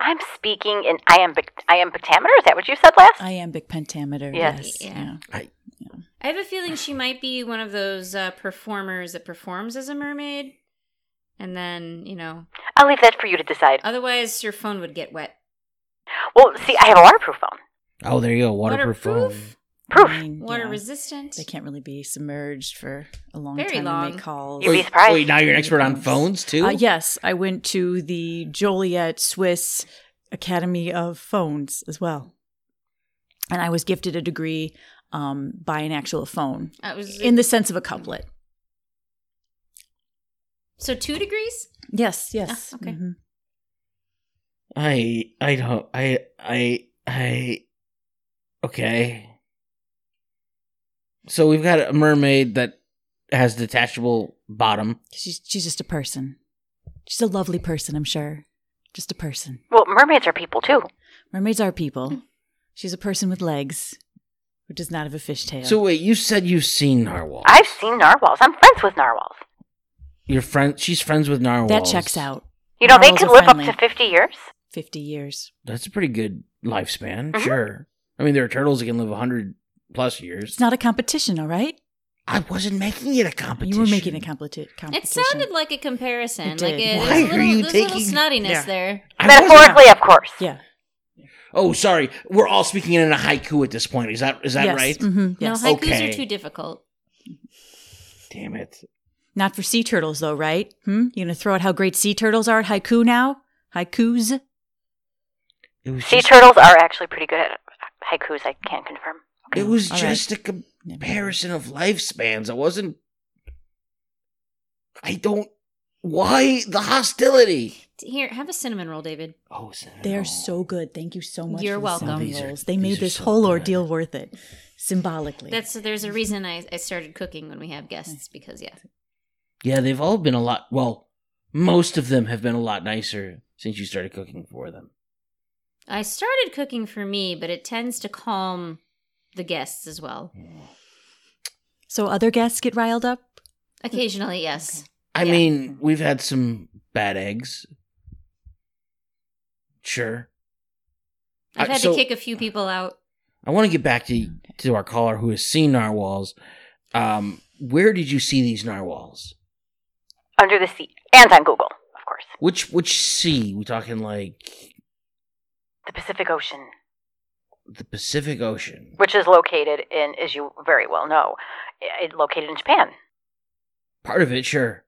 Speaker 6: I'm speaking in iambic iambic pentameter. Is that what you said
Speaker 3: Uh.
Speaker 6: last?
Speaker 3: Iambic pentameter.
Speaker 6: Yes.
Speaker 3: Yes.
Speaker 2: Yeah.
Speaker 3: yeah.
Speaker 2: I have a feeling she might be one of those uh, performers that performs as a mermaid, and then you know,
Speaker 6: I'll leave that for you to decide.
Speaker 3: Uh.
Speaker 2: otherwise your phone would get wet.
Speaker 6: Well, see, I have a waterproof phone.
Speaker 1: Oh, there you go. Waterproof.
Speaker 2: Waterproof?
Speaker 6: Proof.
Speaker 3: I mean,
Speaker 2: Water
Speaker 3: yeah,
Speaker 2: resistant.
Speaker 3: They can't really be submerged for a long
Speaker 2: Very
Speaker 3: time.
Speaker 2: long.
Speaker 3: They make calls.
Speaker 6: You'd be
Speaker 1: Wait,
Speaker 6: surprised.
Speaker 1: wait, now you're an expert on phones too?
Speaker 3: Uh, yes, I went to the Joliet Swiss Academy of Phones as well, and I was gifted a degree um, by an actual phone
Speaker 2: That was
Speaker 3: in the sense of a couplet.
Speaker 2: so two degrees.
Speaker 3: Yes, yes.
Speaker 2: Ah, okay.
Speaker 3: mhm.
Speaker 1: I I don't I I I okay. So we've got a mermaid that has detachable bottom.
Speaker 3: She's she's just a person. She's a lovely person, I'm sure. Just a person.
Speaker 6: Well, mermaids are people too.
Speaker 3: Mermaids are
Speaker 6: Hmm.
Speaker 3: people. She's a person with legs who does not have a fishtail.
Speaker 1: So wait, you said you've seen narwhal.
Speaker 6: I've seen narwhals. I'm friends with narwhals.
Speaker 1: Your friend, she's friends with narwhals.
Speaker 3: that checks out.
Speaker 6: You know, they
Speaker 3: Narwhals
Speaker 6: can
Speaker 3: are
Speaker 6: live
Speaker 3: friendly.
Speaker 6: up to 50 years.
Speaker 3: Fifty years.
Speaker 1: That's a pretty good lifespan.
Speaker 3: Mm-hmm.
Speaker 6: Mhm.
Speaker 1: Sure. I mean, there are turtles that can live hundred plus years.
Speaker 3: It's not a competition, all right?
Speaker 1: I wasn't making it a competition.
Speaker 3: You were making a completi- competition.
Speaker 2: It sounded like a comparison.
Speaker 3: It
Speaker 2: Like
Speaker 3: did.
Speaker 2: a,
Speaker 1: Why
Speaker 2: there's a
Speaker 1: are
Speaker 2: little,
Speaker 1: you
Speaker 2: there's a
Speaker 1: taking-
Speaker 2: little snottiness
Speaker 3: Yeah.
Speaker 2: there.
Speaker 1: I wasn't-
Speaker 6: Metaphorically, of course.
Speaker 3: Yeah.
Speaker 1: Oh, sorry. We're all speaking in a haiku at this point. Is that is that
Speaker 3: yes.
Speaker 1: right?
Speaker 3: hmm Yes.
Speaker 2: No, haikus
Speaker 1: Okay.
Speaker 2: are too difficult.
Speaker 1: Damn it.
Speaker 3: Not for sea turtles, though, right? Hmm? You're going to throw out how great sea turtles are at haiku now? Haikus?
Speaker 1: It was
Speaker 6: Sea
Speaker 1: just,
Speaker 6: turtles are actually pretty good at haikus, I can confirm.
Speaker 1: it was
Speaker 3: All right.
Speaker 1: just a com- comparison of lifespans. I wasn't. I don't. Why the hostility?
Speaker 2: Here, have a cinnamon roll, David.
Speaker 1: Oh, cinnamon
Speaker 3: They
Speaker 1: roll.
Speaker 3: are so good. Thank you so much.
Speaker 2: You're
Speaker 3: for the
Speaker 2: welcome.
Speaker 3: cinnamon
Speaker 1: These are-
Speaker 3: rolls. They
Speaker 1: these
Speaker 3: made
Speaker 1: are
Speaker 3: this
Speaker 1: so
Speaker 3: whole
Speaker 1: good.
Speaker 3: ordeal worth it, symbolically.
Speaker 2: That's there's a reason I, I started cooking when we have guests because yeah,
Speaker 1: Yeah, they've all been a lot. Well, most of them have been a lot nicer since you started cooking for them.
Speaker 2: I started cooking for me, but it tends to calm the guests as well.
Speaker 3: so other guests get riled up.
Speaker 2: Occasionally, yes.
Speaker 1: I
Speaker 2: Yeah.
Speaker 1: mean, we've had some bad eggs. Sure.
Speaker 2: I've
Speaker 1: Uh,
Speaker 2: had
Speaker 1: so-
Speaker 2: to kick a few people out.
Speaker 1: I want to get back to to our caller who has seen narwhals. Um, where did you see these narwhals?
Speaker 6: Under the sea. And on Google, of course.
Speaker 1: Which which sea? We talking like
Speaker 6: The Pacific Ocean,
Speaker 1: the Pacific Ocean?
Speaker 6: which is located in, as you very well know, i- it located in Japan.
Speaker 1: Part of it, sure.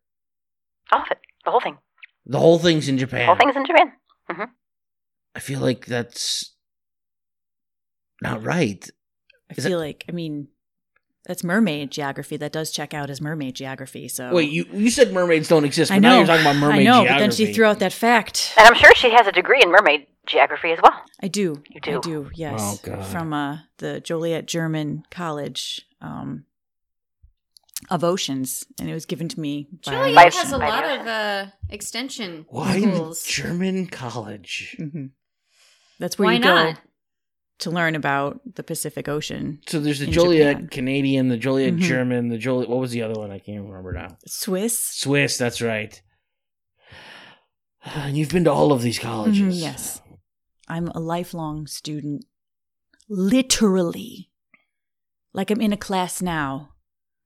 Speaker 6: All of it. The whole thing.
Speaker 1: The whole thing's in
Speaker 6: The
Speaker 1: Japan.
Speaker 6: whole thing's in Japan.
Speaker 1: I feel like that's not right.
Speaker 3: I
Speaker 1: Is it-
Speaker 3: feel like, I mean, That's mermaid geography. That does check out as mermaid geography. So
Speaker 1: Wait, you, you said mermaids don't exist, but
Speaker 3: I know.
Speaker 1: now you're talking about mermaid
Speaker 3: I know,
Speaker 1: geography.
Speaker 3: but then she threw out that fact.
Speaker 6: And I'm sure she has a degree in mermaid geography as well.
Speaker 3: I do.
Speaker 6: You do.
Speaker 3: I do. Yes.
Speaker 1: Oh, God.
Speaker 3: From uh, the Joliet German College um, of Oceans, and it was given to me by.
Speaker 2: Julia
Speaker 6: By-
Speaker 2: has a
Speaker 6: by
Speaker 2: lot
Speaker 6: Russia.
Speaker 2: of uh, extension
Speaker 1: Why in
Speaker 2: schools.
Speaker 1: German college?
Speaker 3: Mhm. That's where
Speaker 2: Why
Speaker 3: you
Speaker 2: not?
Speaker 3: go to learn about the Pacific Ocean.
Speaker 1: So there's the
Speaker 3: In
Speaker 1: Joliet
Speaker 3: Japan.
Speaker 1: Canadian, the Joliet
Speaker 3: Mhm.
Speaker 1: German, the Joliet. What was the other one? I can't remember now.
Speaker 3: Swiss.
Speaker 1: Swiss. That's right. And you've been to all of these colleges.
Speaker 3: Mhm, yes. I'm a lifelong student. Literally. Like I'm in a class now.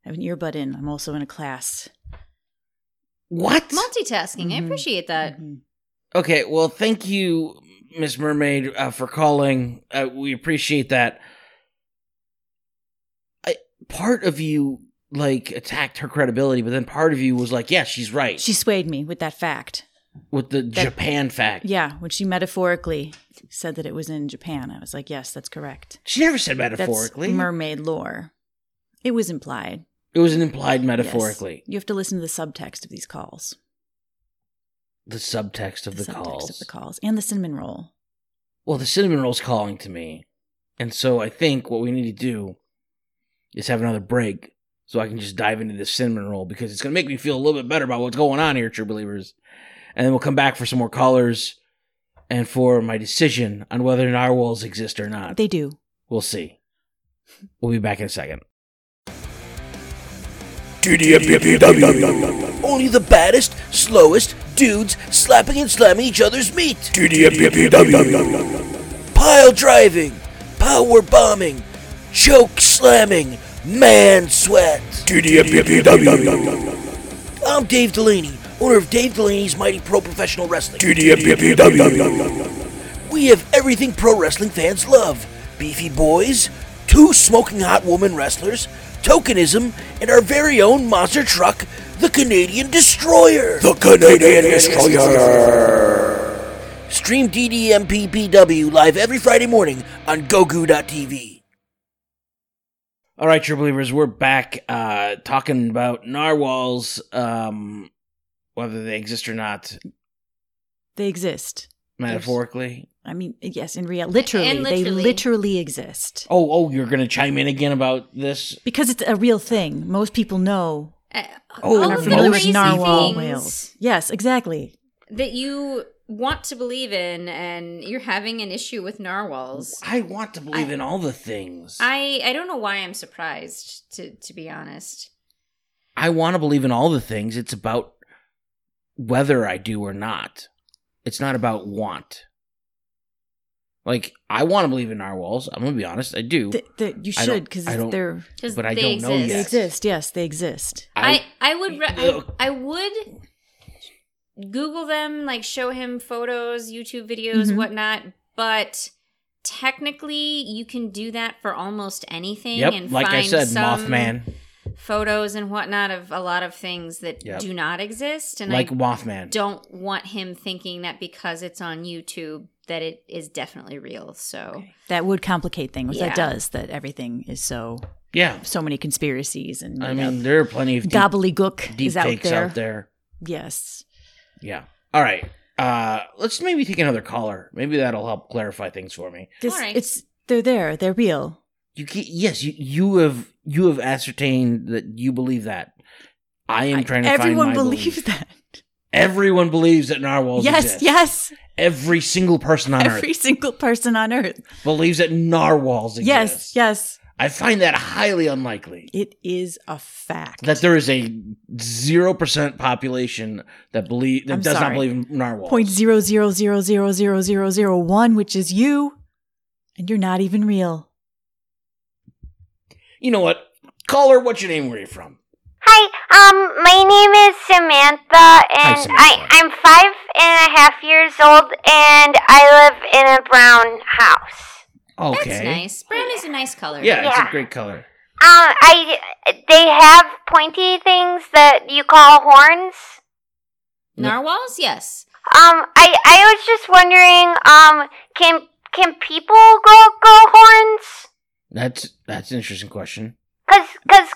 Speaker 3: I have an earbud in. I'm also in a class.
Speaker 1: What?
Speaker 2: Multitasking. I
Speaker 3: Mhm.
Speaker 2: appreciate that.
Speaker 3: Mhm.
Speaker 1: Okay. Well, thank you, Miss Mermaid, uh, for calling. Uh, we appreciate that. I, part of you like attacked her credibility, but then part of you was like, "Yeah, she's right."
Speaker 3: She swayed me with that fact.
Speaker 1: with the Japan fact.
Speaker 3: Yeah, when she metaphorically said that it was in Japan, I was like, yes, that's correct.
Speaker 1: She never said
Speaker 3: That's
Speaker 1: metaphorically.
Speaker 3: mermaid lore. It was implied.
Speaker 1: it was an implied
Speaker 3: yes.
Speaker 1: metaphorically.
Speaker 3: You have to listen to the subtext of these calls.
Speaker 1: The subtext of the,
Speaker 3: subtext
Speaker 1: calls.
Speaker 3: of the calls and the cinnamon roll.
Speaker 1: Well, the cinnamon roll's calling to me. And so I think what we need to do is have another break so I can just dive into the cinnamon roll because it's going to make me feel a little bit better about what's going on here, true believers. And then we'll come back for some more callers and for my decision on whether narwhals exist or not.
Speaker 3: They do.
Speaker 1: We'll see. We'll be back in a second.
Speaker 4: Only the baddest, slowest dudes slapping and slamming each other's meat. Pile driving, power bombing, choke slamming, man sweat. I'm Dave Delaney, owner of Dave Delaney's Mighty Pro Professional Wrestling. We have everything pro wrestling fans love beefy boys, two smoking hot woman wrestlers, tokenism, and our very own monster truck, the Canadian Destroyer. The Canadian Destroyer. Stream DDMPPW live every Friday morning on Gogu.tv.
Speaker 1: All right, true believers, we're back uh, talking about narwhals, um, whether they exist or not,
Speaker 3: They exist.
Speaker 1: metaphorically.
Speaker 3: I mean, yes, in real, literally,
Speaker 2: And
Speaker 3: they
Speaker 2: literally.
Speaker 3: literally exist
Speaker 1: Oh, oh, you're going to chime in again about this?
Speaker 3: because it's a real thing. Most people know
Speaker 2: Uh,
Speaker 1: Oh,
Speaker 2: all
Speaker 3: and
Speaker 2: of
Speaker 3: are
Speaker 2: the
Speaker 3: familiar with
Speaker 2: crazy
Speaker 3: narwhal
Speaker 2: things
Speaker 3: whales. Yes, exactly.
Speaker 2: that you want to believe in, and you're having an issue with narwhals.
Speaker 1: I want to believe in all the things. I,
Speaker 2: I I don't know why I'm surprised to to be honest.
Speaker 1: want to believe in all the things. It's about whether I do or not. It's not about want. Like, I want to believe in narwhals. I'm going to be honest. I do.
Speaker 3: Th- th- you
Speaker 1: I don't-
Speaker 3: should because
Speaker 1: I don't-
Speaker 3: they're
Speaker 2: 'Cause
Speaker 1: But I
Speaker 2: they
Speaker 1: don't know
Speaker 2: exist.
Speaker 1: yet.
Speaker 3: they exist. Yes, they exist.
Speaker 2: I I would re- I,
Speaker 1: Ugh.
Speaker 2: I would Google them, like show him photos, YouTube videos,
Speaker 3: Mhm.
Speaker 2: whatnot. But technically, you can do that for almost anything.
Speaker 1: yep,
Speaker 2: and
Speaker 1: like I
Speaker 2: find
Speaker 1: said,
Speaker 2: some
Speaker 1: Mothman.
Speaker 2: photos and whatnot of a lot of things that
Speaker 1: Yep.
Speaker 2: do not exist. And
Speaker 1: Like
Speaker 2: I
Speaker 1: Mothman.
Speaker 2: don't want him thinking that because it's on YouTube that it is definitely real. So
Speaker 3: That would complicate things.
Speaker 2: Yeah.
Speaker 3: That does that. Everything is so
Speaker 1: yeah.
Speaker 3: so many conspiracies and
Speaker 1: I
Speaker 3: you know,
Speaker 1: mean, there are plenty of deep,
Speaker 3: gobbledygook
Speaker 1: deep
Speaker 3: is out
Speaker 1: fakes
Speaker 3: there.
Speaker 1: out there.
Speaker 3: Yes.
Speaker 1: Yeah. All right. Uh, let's maybe take another caller. Maybe that'll help clarify things for me.
Speaker 3: This,
Speaker 2: Alright.
Speaker 3: It's they're there. They're real.
Speaker 1: You ca yes, you you have you have ascertained that you believe that. I am
Speaker 3: I-
Speaker 1: trying to
Speaker 3: everyone
Speaker 1: find my
Speaker 3: believes
Speaker 1: belief.
Speaker 3: that.
Speaker 1: Everyone believes that narwhals
Speaker 3: yes,
Speaker 1: exist.
Speaker 3: yes.
Speaker 1: Every single person on
Speaker 3: Every single person on earth.
Speaker 1: earth believes that narwhals exist.
Speaker 3: Yes, yes.
Speaker 1: I find that highly unlikely.
Speaker 3: It is a fact.
Speaker 1: That there is a zero percent population that believe that
Speaker 3: I'm
Speaker 1: does not
Speaker 3: sorry.
Speaker 1: believe in narwhals.
Speaker 3: point zero zero zero zero zero zero zero one, which is you, and you're not even real.
Speaker 1: You know what? Caller, what's your name? Where are you from?
Speaker 7: Hi, um, my name is Samantha, and
Speaker 1: Samantha.
Speaker 7: I, I'm five and a half years old, and I live in a brown house.
Speaker 1: Okay.
Speaker 2: that's nice. Brown is a nice color.
Speaker 1: Yeah, it's a
Speaker 7: Yeah.
Speaker 1: great color.
Speaker 7: Um, I, they have pointy things that you call horns.
Speaker 2: Narwhals, yes.
Speaker 7: Um, I, I was just wondering, um, can, can people go, go horns?
Speaker 1: That's that's an interesting question.
Speaker 7: Cause, 'cause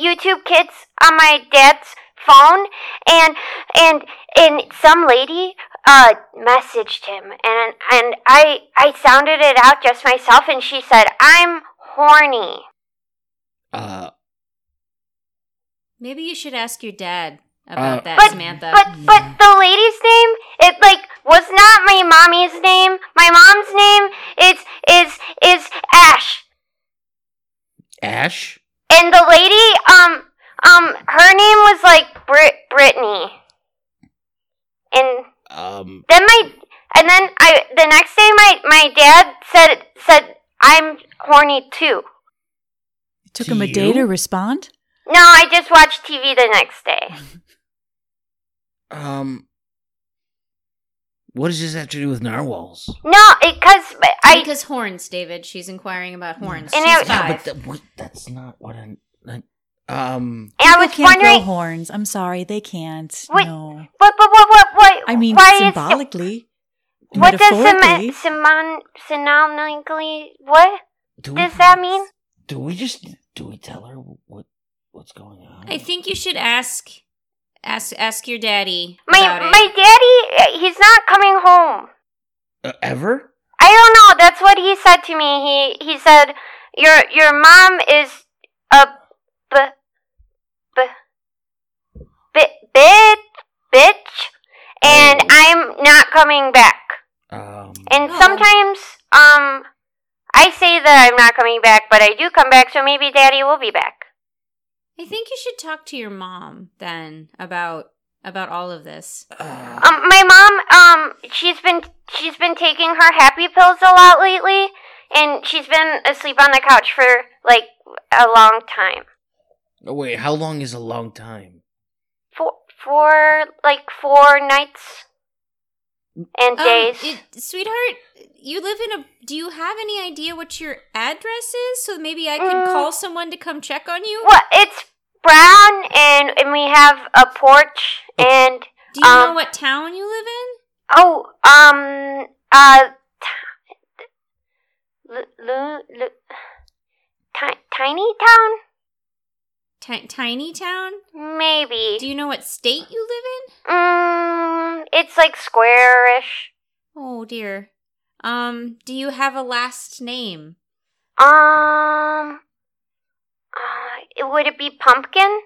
Speaker 7: YouTube Kids on my dad's phone, and and and some lady uh messaged him, and and I I sounded it out just myself, and she said I'm horny.
Speaker 1: Uh,
Speaker 2: Maybe you should ask your dad about
Speaker 1: Uh,
Speaker 2: that,
Speaker 7: But-
Speaker 2: Samantha.
Speaker 7: But but the lady's name, it like was not my mommy's name. My mom's name is is is Ash.
Speaker 1: Ash?
Speaker 7: And the lady, um, um, her name was like Brit Brittany. And
Speaker 1: Um,
Speaker 7: then my, and then I, the next day, my my dad said said I'm horny too.
Speaker 3: It took
Speaker 1: To
Speaker 3: him a day
Speaker 1: you?
Speaker 3: to respond.
Speaker 7: No, I just watched TV the next day.
Speaker 1: um, what does this have to do with narwhals?
Speaker 7: No, because I
Speaker 2: because horns, David. She's inquiring about horns. She's
Speaker 7: And I-
Speaker 1: Yeah,
Speaker 2: five.
Speaker 1: but that, wait, that's not what I. I- Um,
Speaker 7: I
Speaker 3: People
Speaker 7: was
Speaker 3: can't grow
Speaker 7: wondering,
Speaker 3: horns. I'm sorry, they can't.
Speaker 7: Wait.
Speaker 3: No,
Speaker 7: what what what what what?
Speaker 3: I mean
Speaker 7: why is
Speaker 3: symbolically,
Speaker 7: what does
Speaker 3: metaphorically.
Speaker 7: symon simon synonymically what?
Speaker 1: do
Speaker 7: Does that mean-
Speaker 1: Do we just do we tell her what what's going on?
Speaker 2: I think you should ask ask ask your daddy
Speaker 7: My
Speaker 2: about it.
Speaker 7: my daddy, uh, he's not coming home.
Speaker 1: uh, ever.
Speaker 7: I don't know. That's what he said to me. He he said, "Your your mom is a b b b bitch bitch, and
Speaker 1: Oh.
Speaker 7: I'm not coming back."
Speaker 1: Um,
Speaker 7: And
Speaker 2: Oh.
Speaker 7: sometimes, um, I say that I'm not coming back, but I do come back. So maybe Daddy will be back.
Speaker 2: I think you should talk to your mom then about about all of this.
Speaker 1: uh,
Speaker 7: Um, my mom, um, she's been she's been taking her happy pills a lot lately, and she's been asleep on the couch for like a long time.
Speaker 1: oh, wait, how long is a long time?
Speaker 7: four, four like four nights and
Speaker 2: Um,
Speaker 7: days.
Speaker 2: it- sweetheart, you live in a. Do you have any idea what your address is? So maybe I can
Speaker 7: Mm.
Speaker 2: call someone to come check on you.
Speaker 7: well, it's brown, and and we have a porch,
Speaker 2: Oh.
Speaker 7: and
Speaker 2: Do you know
Speaker 7: um,
Speaker 2: what town you live in?
Speaker 7: oh, um, uh, t- Lu- Lu- Lu- ti- tiny town,
Speaker 2: Ti- tiny town. Do
Speaker 7: maybe.
Speaker 2: you know what state you live in?
Speaker 7: Mm, it's like squarish.
Speaker 2: Oh dear. Um. Do you have a last name?
Speaker 7: Um, uh, it- would it be pumpkin?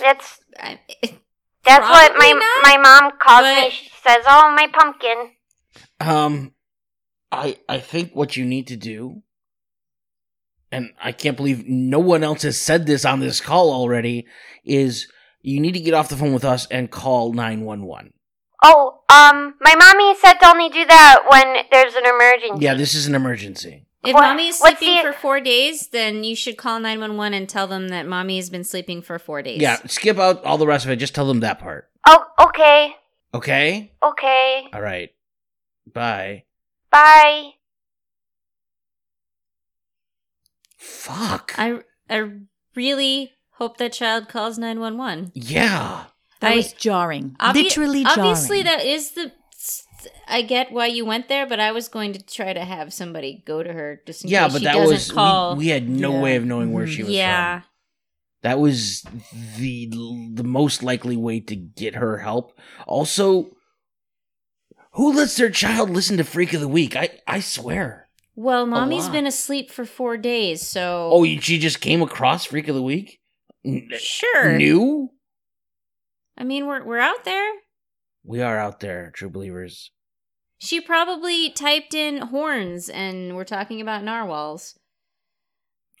Speaker 7: That's
Speaker 2: I,
Speaker 7: That's what my
Speaker 2: Probably not,
Speaker 7: my mom calls me.
Speaker 2: but-
Speaker 7: She says, "Oh, my pumpkin."
Speaker 1: Um, I I think what you need to do, and I can't believe no one else has said this on this call already, is you need to get off the phone with us and call nine one one.
Speaker 7: Oh, um, my mommy said to only do that when there's an
Speaker 2: Oh.
Speaker 7: emergency.
Speaker 1: Yeah, this is an emergency.
Speaker 2: If
Speaker 7: What-
Speaker 2: mommy is
Speaker 7: what's
Speaker 2: sleeping
Speaker 7: the-
Speaker 2: for four days, then you should call 911 and tell them that mommy has been sleeping for four days.
Speaker 1: Yeah, skip out all the rest of it. Just tell them that part.
Speaker 7: Oh, okay,
Speaker 1: Okay.
Speaker 7: okay.
Speaker 1: All right. Bye.
Speaker 7: Bye.
Speaker 1: Fuck.
Speaker 2: I, I really hope that child calls 911.
Speaker 1: yeah.
Speaker 3: That
Speaker 2: I-
Speaker 3: was jarring.
Speaker 2: Obvi-
Speaker 3: Literally jarring.
Speaker 2: Obviously, that is the. I get why you went there, but I was going to try to have somebody go to her just in
Speaker 1: Yeah,
Speaker 2: case
Speaker 1: but
Speaker 2: she
Speaker 1: that
Speaker 2: doesn't
Speaker 1: was
Speaker 2: call. Mm,
Speaker 1: we, we had no
Speaker 3: Yeah.
Speaker 1: way of knowing where
Speaker 3: Mhm.
Speaker 1: she was
Speaker 2: yeah.
Speaker 1: from. That was the the most likely way to get her help. Also, who lets their child listen to Freak of the Week? I I swear.
Speaker 2: Well, mommy's
Speaker 1: lot.
Speaker 2: been asleep for four days, so.
Speaker 1: Oh, you- she just came across Freak of the Week. N-
Speaker 2: sure.
Speaker 1: New.
Speaker 2: I mean, we're we're out there.
Speaker 1: We are out there, true believers.
Speaker 2: She probably typed in horns, and we're talking about narwhals.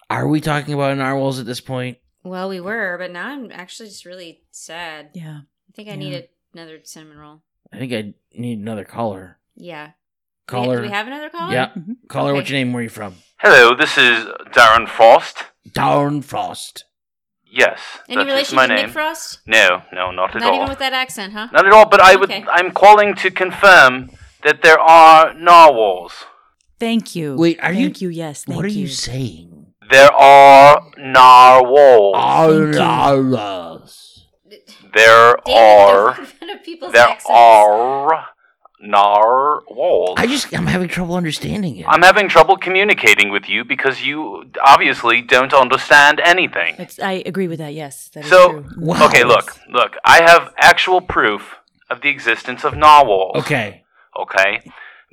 Speaker 1: Are we talking about narwhals at this point?
Speaker 2: Well, we were, but now I'm actually just really sad.
Speaker 3: Yeah.
Speaker 2: I think I
Speaker 3: Yeah.
Speaker 2: need a, another cinnamon roll.
Speaker 1: I think I need another caller.
Speaker 2: Yeah. We ha-
Speaker 1: Caller.
Speaker 2: Do we have another caller?
Speaker 1: Yeah.
Speaker 3: Mhm.
Speaker 1: Caller, what's
Speaker 2: Okay.
Speaker 1: your name? Where are you from?
Speaker 5: Hello, this is Darren Frost.
Speaker 1: Darn Frost.
Speaker 5: Yes,
Speaker 2: Any
Speaker 5: that is
Speaker 2: relation
Speaker 5: my
Speaker 2: to
Speaker 5: name.
Speaker 2: Nick Frost?
Speaker 5: No, no, not at
Speaker 2: Not
Speaker 5: all.
Speaker 2: even with that accent, huh?
Speaker 5: Not at all. But I would.
Speaker 2: Okay.
Speaker 5: I'm calling to confirm that there are narwhals.
Speaker 3: Thank you.
Speaker 1: Wait, are you-
Speaker 3: Thank you? Yes. Thank
Speaker 1: what are
Speaker 3: you.
Speaker 1: you, saying?
Speaker 5: There are
Speaker 1: Ah.
Speaker 5: narwhals.
Speaker 1: Narwhals.
Speaker 5: There
Speaker 2: David,
Speaker 5: are.
Speaker 2: don't get rid of people's
Speaker 5: There
Speaker 2: accents.
Speaker 5: are narwhal.
Speaker 4: I just I'm having trouble understanding it.
Speaker 5: I'm having trouble communicating with you because you obviously don't understand anything.
Speaker 8: It's, I agree with that. Yes, that is
Speaker 5: So-
Speaker 8: true.
Speaker 4: Wow.
Speaker 5: Okay, look, look. I have actual proof of the existence of narwhals.
Speaker 1: Okay.
Speaker 5: Okay.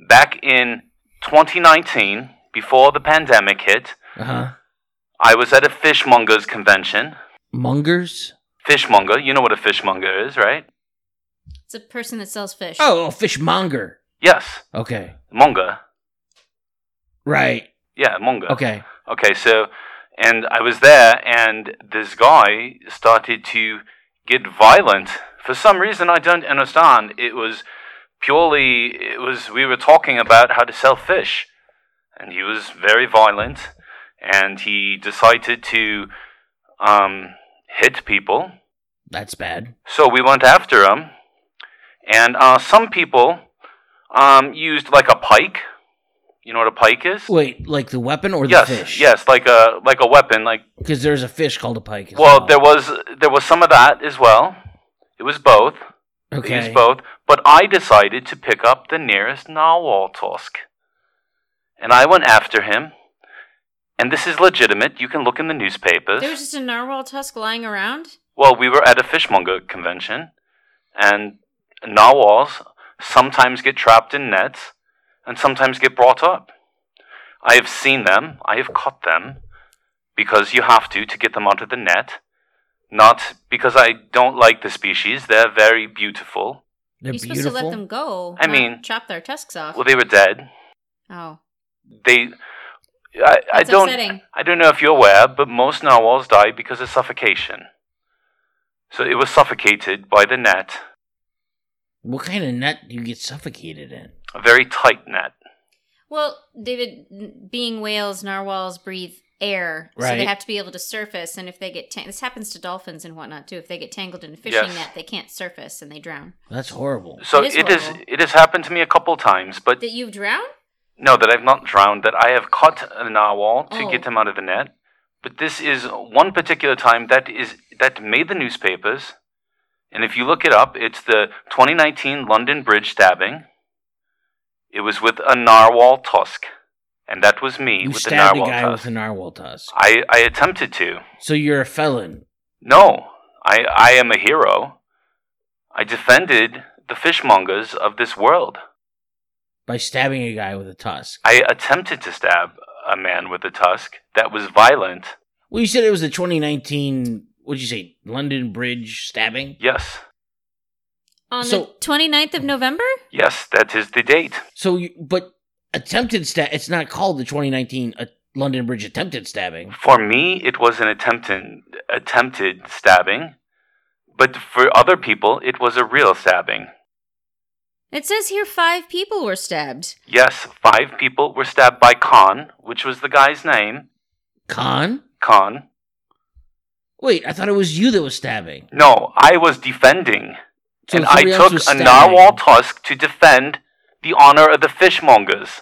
Speaker 5: Back in 2019, before the pandemic hit,
Speaker 1: Uh huh.
Speaker 5: I was at a fishmongers convention.
Speaker 1: Mongers.
Speaker 5: Fishmonger, you know what a fishmonger is, right?
Speaker 2: It's a person that sells fish.
Speaker 1: Oh, a fishmonger.
Speaker 5: Yes,
Speaker 1: Okay.
Speaker 5: monger.
Speaker 1: Right.
Speaker 5: Yeah, monger.
Speaker 1: Okay.
Speaker 5: Okay, so, and I was there, and this guy started to get violent. For some reason, I don't understand. It was purely, it was, we were talking about how to sell fish. And he was very violent, and he decided to um, hit people.
Speaker 1: That's bad.
Speaker 5: So we went after him, and uh, some people um, used like a pike. You know what a pike is?
Speaker 1: Wait, like the weapon or the
Speaker 5: yes,
Speaker 1: fish?
Speaker 5: yes, like a like a weapon, like
Speaker 1: Because there's a fish called a pike. as
Speaker 5: Well, there was there was some of that as well. It was both. It
Speaker 1: Okay.
Speaker 5: was both. But I decided to pick up the nearest narwhal tusk, and I went after him. And this is legitimate. You can look in the newspapers.
Speaker 2: There was just a narwhal tusk lying around.
Speaker 5: well, we were at a fishmonger convention, and narwhals sometimes get trapped in nets, and sometimes get brought up. I have seen them. I have caught them because you have to to get them out of the net. Not because I don't like the species. They're very beautiful.
Speaker 1: They're
Speaker 2: You're supposed
Speaker 1: beautiful.
Speaker 2: to let them go.
Speaker 5: I
Speaker 2: not
Speaker 5: mean-
Speaker 2: chop their tusks off.
Speaker 5: Well, they were dead.
Speaker 2: oh,
Speaker 5: They. I, I
Speaker 2: That's
Speaker 5: don't.
Speaker 2: upsetting.
Speaker 5: I don't know if you're aware, but most narwhals die because of suffocation. So it was suffocated by the net,
Speaker 1: What kind of net do you get suffocated in?
Speaker 5: a very tight net.
Speaker 2: well, David, n- being whales, narwhals breathe air, so they
Speaker 1: Right.
Speaker 2: have to be able to surface. And if they get tang- this happens to dolphins and whatnot too, if they get tangled in a fishing
Speaker 5: Yes.
Speaker 2: net, they can't surface and they drown.
Speaker 1: That's horrible.
Speaker 5: So
Speaker 2: It is
Speaker 5: it is.
Speaker 2: horrible.
Speaker 5: It has happened to me a couple times, but
Speaker 2: That you drown?
Speaker 5: No, that I've not drowned, that I have caught a narwhal to
Speaker 2: Oh.
Speaker 5: get him out of the net. But this is one particular time that is that made the newspapers. And if you look it up, it's the 2019 London Bridge stabbing. It was with a narwhal tusk, and that was me
Speaker 1: You
Speaker 5: with the
Speaker 1: stabbed a
Speaker 5: narwhal
Speaker 1: guy
Speaker 5: tusk.
Speaker 1: with a narwhal tusk.
Speaker 5: I, I attempted to.
Speaker 1: So you're a felon.
Speaker 5: No, I I am a hero. I defended the fishmongers of this world.
Speaker 1: by stabbing a guy with a tusk.
Speaker 5: I attempted to stab a man with a tusk that was violent.
Speaker 1: Well, you said it was the 2019, what'd you say, London Bridge stabbing?
Speaker 5: Yes,
Speaker 2: On the
Speaker 1: So-
Speaker 2: 29th of November?
Speaker 5: yes, that is the date.
Speaker 1: So, you, but attempted stab, it's not called the 2019 uh, London Bridge attempted stabbing.
Speaker 5: For me, it was an attempted attempted stabbing, but for other people, it was a real stabbing.
Speaker 2: It says here five people were stabbed.
Speaker 5: Yes, five people were stabbed by Khan, which was the guy's name.
Speaker 1: Con?
Speaker 5: Khan.
Speaker 1: Wait, I thought it was you that was stabbing.
Speaker 5: No, I was defending,
Speaker 1: So
Speaker 5: and I
Speaker 1: somebody else
Speaker 5: took
Speaker 1: was
Speaker 5: a
Speaker 1: stabbing.
Speaker 5: narwhal tusk to defend the honor of the fishmongers.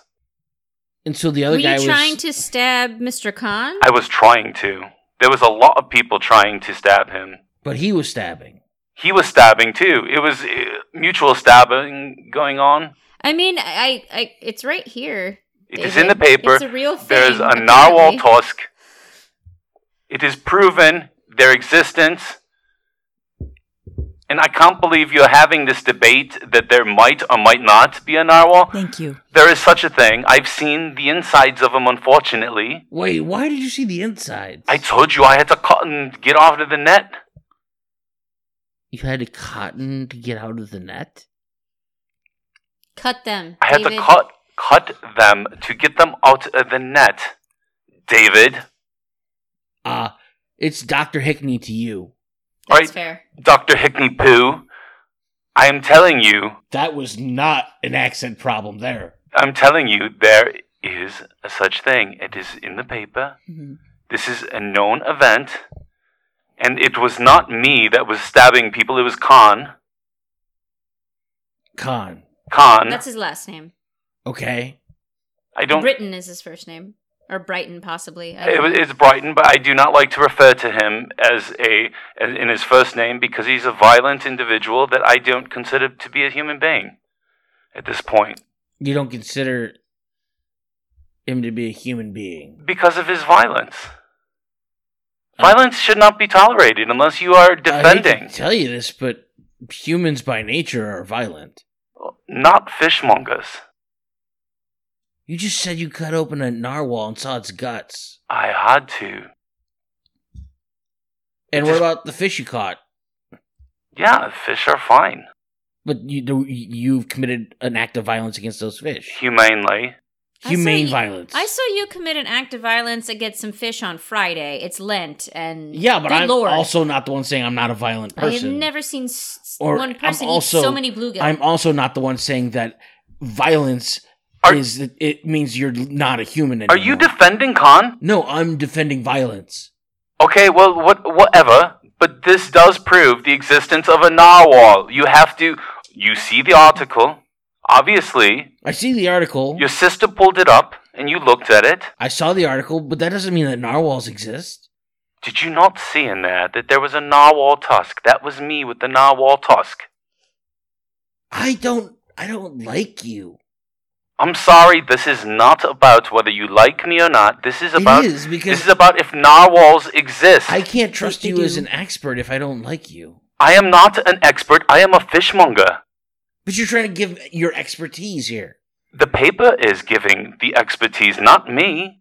Speaker 1: And so the other
Speaker 2: Were
Speaker 1: guy
Speaker 2: you trying
Speaker 1: was.
Speaker 2: to stab Mr. Khan?
Speaker 5: I was trying to. There was a lot of people trying to stab him.
Speaker 1: but he was stabbing.
Speaker 5: He was stabbing too. It was uh, mutual stabbing going on.
Speaker 2: I mean, I, I it's right here.
Speaker 5: It is in the
Speaker 2: David.
Speaker 5: paper.
Speaker 2: It's a real thing.
Speaker 5: There's a
Speaker 2: apparently.
Speaker 5: narwhal tusk. It is proven their existence. And I can't believe you're having this debate that there might or might not be a narwhal.
Speaker 3: Thank you.
Speaker 5: There is such a thing. I've seen the insides of them, unfortunately.
Speaker 1: Wait, why did you see the insides?
Speaker 5: I told you I had to cut and get off of the net.
Speaker 1: you had to cotton to get out of the net?
Speaker 2: Cut them.
Speaker 5: I had
Speaker 2: David.
Speaker 5: to cut cut them to get them out of the net. David.
Speaker 1: Uh, it's Dr. Hickney to you.
Speaker 2: That's
Speaker 5: Right.
Speaker 2: fair.
Speaker 5: Dr. Hickney Poo. I am telling you
Speaker 1: That was not an accent problem there.
Speaker 5: I'm telling you, there is a such thing. It is in the paper.
Speaker 3: Mm-hmm.
Speaker 8: Mhm.
Speaker 5: This is a known event. And it was not me that was stabbing people, it was Khan.
Speaker 1: Con.
Speaker 5: Khan.
Speaker 2: That's his last name.
Speaker 1: Okay.
Speaker 5: I don't.
Speaker 2: Britton is his first name, or Brighton possibly. I
Speaker 5: It,
Speaker 2: don't
Speaker 5: was-
Speaker 2: know.
Speaker 5: it's Brighton, but I do not like to refer to him as a as in his first name because he's a violent individual that I don't consider to be a human being. at this point
Speaker 1: You don't consider him to be a human being.
Speaker 5: because of his violence. Violence should not be tolerated unless you are
Speaker 1: Hmm. I
Speaker 5: defending,
Speaker 1: hate to tell you this, but humans by nature are violent.
Speaker 5: not fishmongers.
Speaker 1: You just said you cut open a narwhal and saw its guts.
Speaker 5: I had to.
Speaker 1: And
Speaker 5: It
Speaker 1: what
Speaker 5: just-
Speaker 1: about the fish you caught?
Speaker 5: Yeah, fish are fine.
Speaker 1: But you you've committed an act of violence against those fish.
Speaker 5: Humanely.
Speaker 2: I saw
Speaker 1: Humane
Speaker 2: you-
Speaker 1: violence.
Speaker 2: I saw you commit an act of violence against some fish on Friday. It's Lent, and
Speaker 1: yeah, but
Speaker 2: good
Speaker 1: I'm
Speaker 2: Lord.
Speaker 1: also not the one saying I'm not a violent
Speaker 2: I have
Speaker 1: person.
Speaker 2: never seen s-
Speaker 1: Or
Speaker 2: one
Speaker 1: I'm
Speaker 2: person eat
Speaker 1: also-
Speaker 2: so many bluegill.
Speaker 1: I'm also not the one saying that violence
Speaker 5: Are-
Speaker 1: is it means you're not a human anymore.
Speaker 5: Are you defending Khan?
Speaker 1: No, I'm defending violence.
Speaker 5: Okay, well, what, whatever. But this does prove the existence of a narwhal. You have to. You see the article. Obviously,
Speaker 1: I see the article.
Speaker 5: your sister pulled it up and you looked at it.
Speaker 1: I saw the article, but that doesn't mean that narwhals exist.
Speaker 5: Did you not see in there that there was a narwhal tusk? That was me with the narwhal tusk.
Speaker 1: I don't I don't like you.
Speaker 5: I'm sorry, this is not about whether you like me or not. This is
Speaker 1: It
Speaker 5: about
Speaker 1: is, because-
Speaker 5: this is about if narwhals exist.
Speaker 1: I can't trust
Speaker 8: they
Speaker 1: you
Speaker 8: do.
Speaker 1: as an expert if I don't like you.
Speaker 5: I am not an expert. I am a fishmonger.
Speaker 1: But you're trying to give your expertise here.
Speaker 5: The paper is giving the expertise, not me.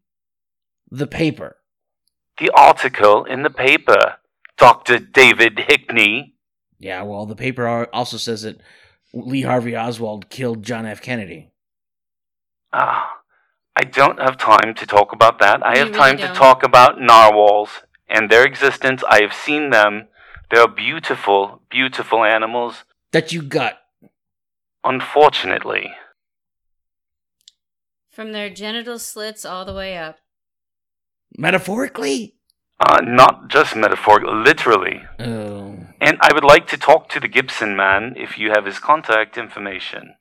Speaker 1: The paper.
Speaker 5: The article in the paper, Dr. David Hickney.
Speaker 1: Yeah, well, the paper al- also says that Lee Harvey Oswald killed John F. Kennedy.
Speaker 5: Ah, I don't have time to talk about that. I
Speaker 2: You
Speaker 5: have
Speaker 2: really
Speaker 5: time
Speaker 2: don't.
Speaker 5: to talk about narwhals and their existence. I have seen them. They are beautiful, beautiful animals.
Speaker 1: That you got.
Speaker 5: Unfortunately,
Speaker 2: From their genital slits all the way up.
Speaker 1: Metaphorically?
Speaker 5: uh, not just metaphorically, literally.
Speaker 1: Oh.
Speaker 5: And I would like to talk to the Gibson man if you have his contact information.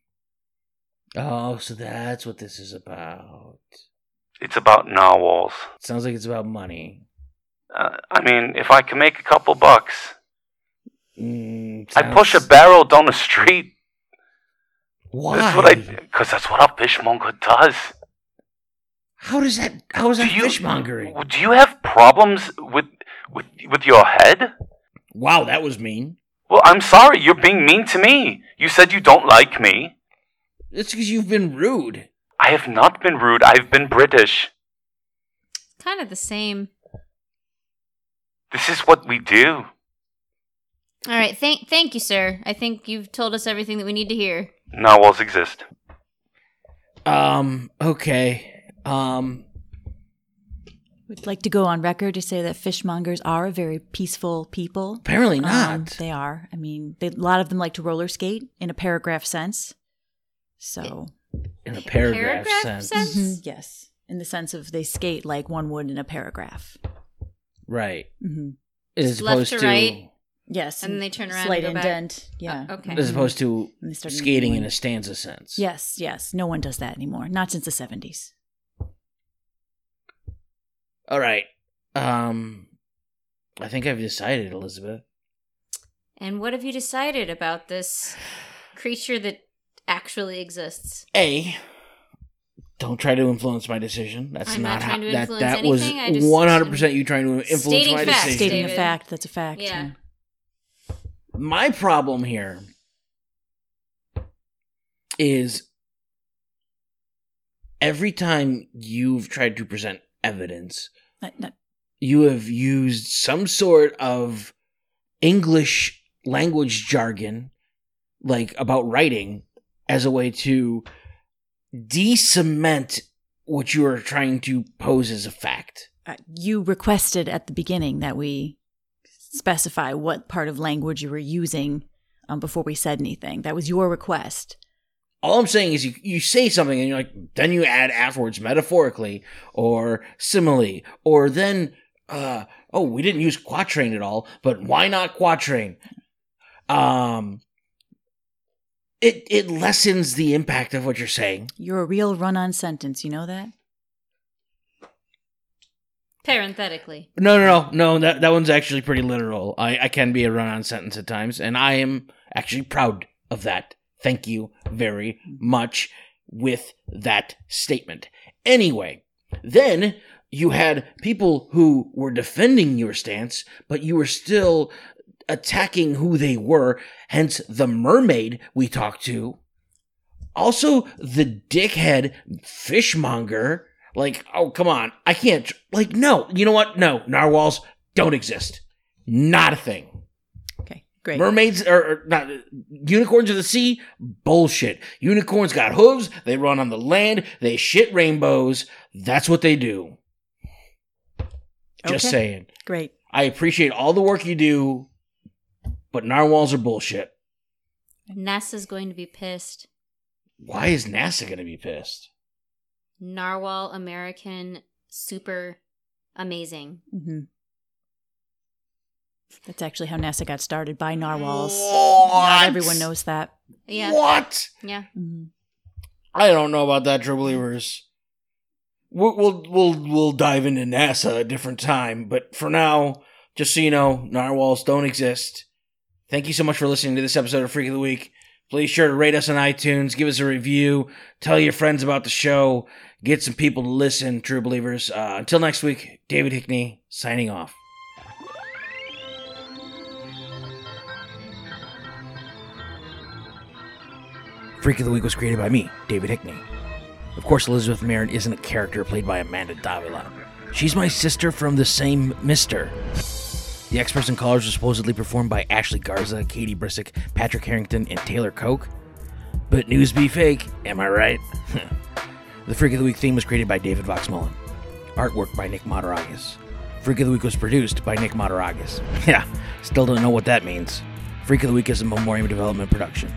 Speaker 1: Oh, so that's what this is about.
Speaker 5: It's about narwhals.
Speaker 1: Sounds like it's about money.
Speaker 5: Uh, I mean, if I can make a couple bucks,
Speaker 1: Mm,
Speaker 5: I push a
Speaker 1: sounds-
Speaker 5: barrel down the street.
Speaker 1: Why?
Speaker 5: That's what I, because that's what a fishmonger does.
Speaker 1: How does that? How is
Speaker 5: Do
Speaker 1: that
Speaker 5: you-
Speaker 1: fishmongering?
Speaker 5: Do you have problems with with with your head?
Speaker 1: Wow, that was mean.
Speaker 5: Well, I'm sorry, you're being mean to me. You said you don't like me.
Speaker 1: It's because you've been rude.
Speaker 5: I have not been rude. I've been British.
Speaker 2: Kind of the same.
Speaker 5: This is what we do.
Speaker 2: All right, thank thank you, sir. I think you've told us everything that we need to hear.
Speaker 5: Narwhals exist.
Speaker 1: Um. Okay. Um.
Speaker 3: Would like to go on record to say that fishmongers are a very peaceful people.
Speaker 1: Apparently not.
Speaker 3: Um, they are. I mean, they, a lot of them like to roller skate in a paragraph sense. So,
Speaker 1: In a paragraph, sense.
Speaker 2: sense?
Speaker 3: Mhm, yes, in the sense of they skate like one would in a paragraph.
Speaker 1: Right.
Speaker 3: hmm
Speaker 1: As
Speaker 2: left
Speaker 1: opposed
Speaker 2: to
Speaker 1: to,
Speaker 2: right.
Speaker 3: Yes,
Speaker 2: And then they turn around and
Speaker 3: slight
Speaker 2: go back.
Speaker 3: indent. Yeah.
Speaker 2: Oh, okay.
Speaker 1: as opposed to
Speaker 3: And they start
Speaker 1: skating in
Speaker 3: going-
Speaker 1: a stanza sense.
Speaker 3: Yes, yes. No one does that anymore. Not since the seventies.
Speaker 1: All right. Um. I think I've decided, Elizabeth.
Speaker 2: And what have you decided about this creature that actually exists?
Speaker 1: A. Don't try to influence my decision. That's
Speaker 2: I'm not
Speaker 1: not, how
Speaker 2: trying to
Speaker 1: that.
Speaker 2: influence
Speaker 1: That
Speaker 2: anything. I
Speaker 1: was
Speaker 2: just-
Speaker 1: one hundred percent you trying to influence
Speaker 2: Stating
Speaker 1: my
Speaker 2: facts,
Speaker 1: decision.
Speaker 3: Stating a
Speaker 2: David.
Speaker 3: fact. That's a fact.
Speaker 2: Yeah.
Speaker 1: my problem here is every time you've tried to present evidence,
Speaker 3: Uh, no,
Speaker 1: you have used some sort of English language jargon, like about writing, as a way to de cement what you are trying to pose as a fact.
Speaker 3: uh, you requested at the beginning that we specify what part of language you were using um, before we said anything. That was your request.
Speaker 1: All I'm saying is you, you say something and you're like, then you add afterwards metaphorically or simile, or then, uh, oh, we didn't use quatrain at all, but why not quatrain? Um, it, it lessens the impact of what you're saying.
Speaker 3: You're a real run-on sentence. You know that.
Speaker 2: Parenthetically.
Speaker 1: No, no, no, no, that, that one's actually pretty literal. I, I can be a run on sentence at times, and I am actually proud of that Thank you very much with that statement. Anyway, then you had people who were defending your stance, but you were still attacking who they were, hence the mermaid we talked to. Also, the dickhead fishmonger. Like, oh, come on. I can't. tr- Like, no. You know what? No. Narwhals don't exist. Not a thing.
Speaker 8: Okay, great.
Speaker 1: Mermaids are, are not unicorns of the sea. Bullshit. Unicorns got hooves. They run on the land. They shit rainbows. That's what they do. Just
Speaker 8: Okay.
Speaker 1: saying.
Speaker 8: Great.
Speaker 1: I appreciate all the work you do, but narwhals are bullshit.
Speaker 2: NASA's going to be pissed.
Speaker 1: Why is NASA going to be pissed?
Speaker 2: Narwhal American, super amazing.
Speaker 3: Mm-hmm.
Speaker 8: hmm That's actually how NASA got started by narwhals.
Speaker 1: What?
Speaker 8: Not everyone knows that.
Speaker 2: Yeah,
Speaker 1: What?
Speaker 2: yeah.
Speaker 3: Mm-hmm.
Speaker 8: hmm
Speaker 1: I don't know about that, True Believers. We'll, we'll we'll we'll dive into NASA a different time, but for now, just so you know, narwhals don't exist. Thank you so much for listening to this episode of Freak of the Week. Please sure to rate us on iTunes, give us a review, tell your friends about the show, get some people to listen, True Believers. Uh, until next week, David Hickney signing off. Freak of the Week was created by me, David Hickney. Of course, Elizabeth Marin isn't a character played by Amanda Davila. She's my sister from the same mister. The experts and callers were supposedly performed by Ashley Garza, Katie Brissick, Patrick Harrington, and Taylor Koch. But news be fake, am I right? the Freak of the Week theme was created by David Voxmullen. Artwork by Nick Mataragas. Freak of the Week was produced by Nick Mataragas. yeah, still don't know what that means. Freak of the Week is a Memoriam Development production.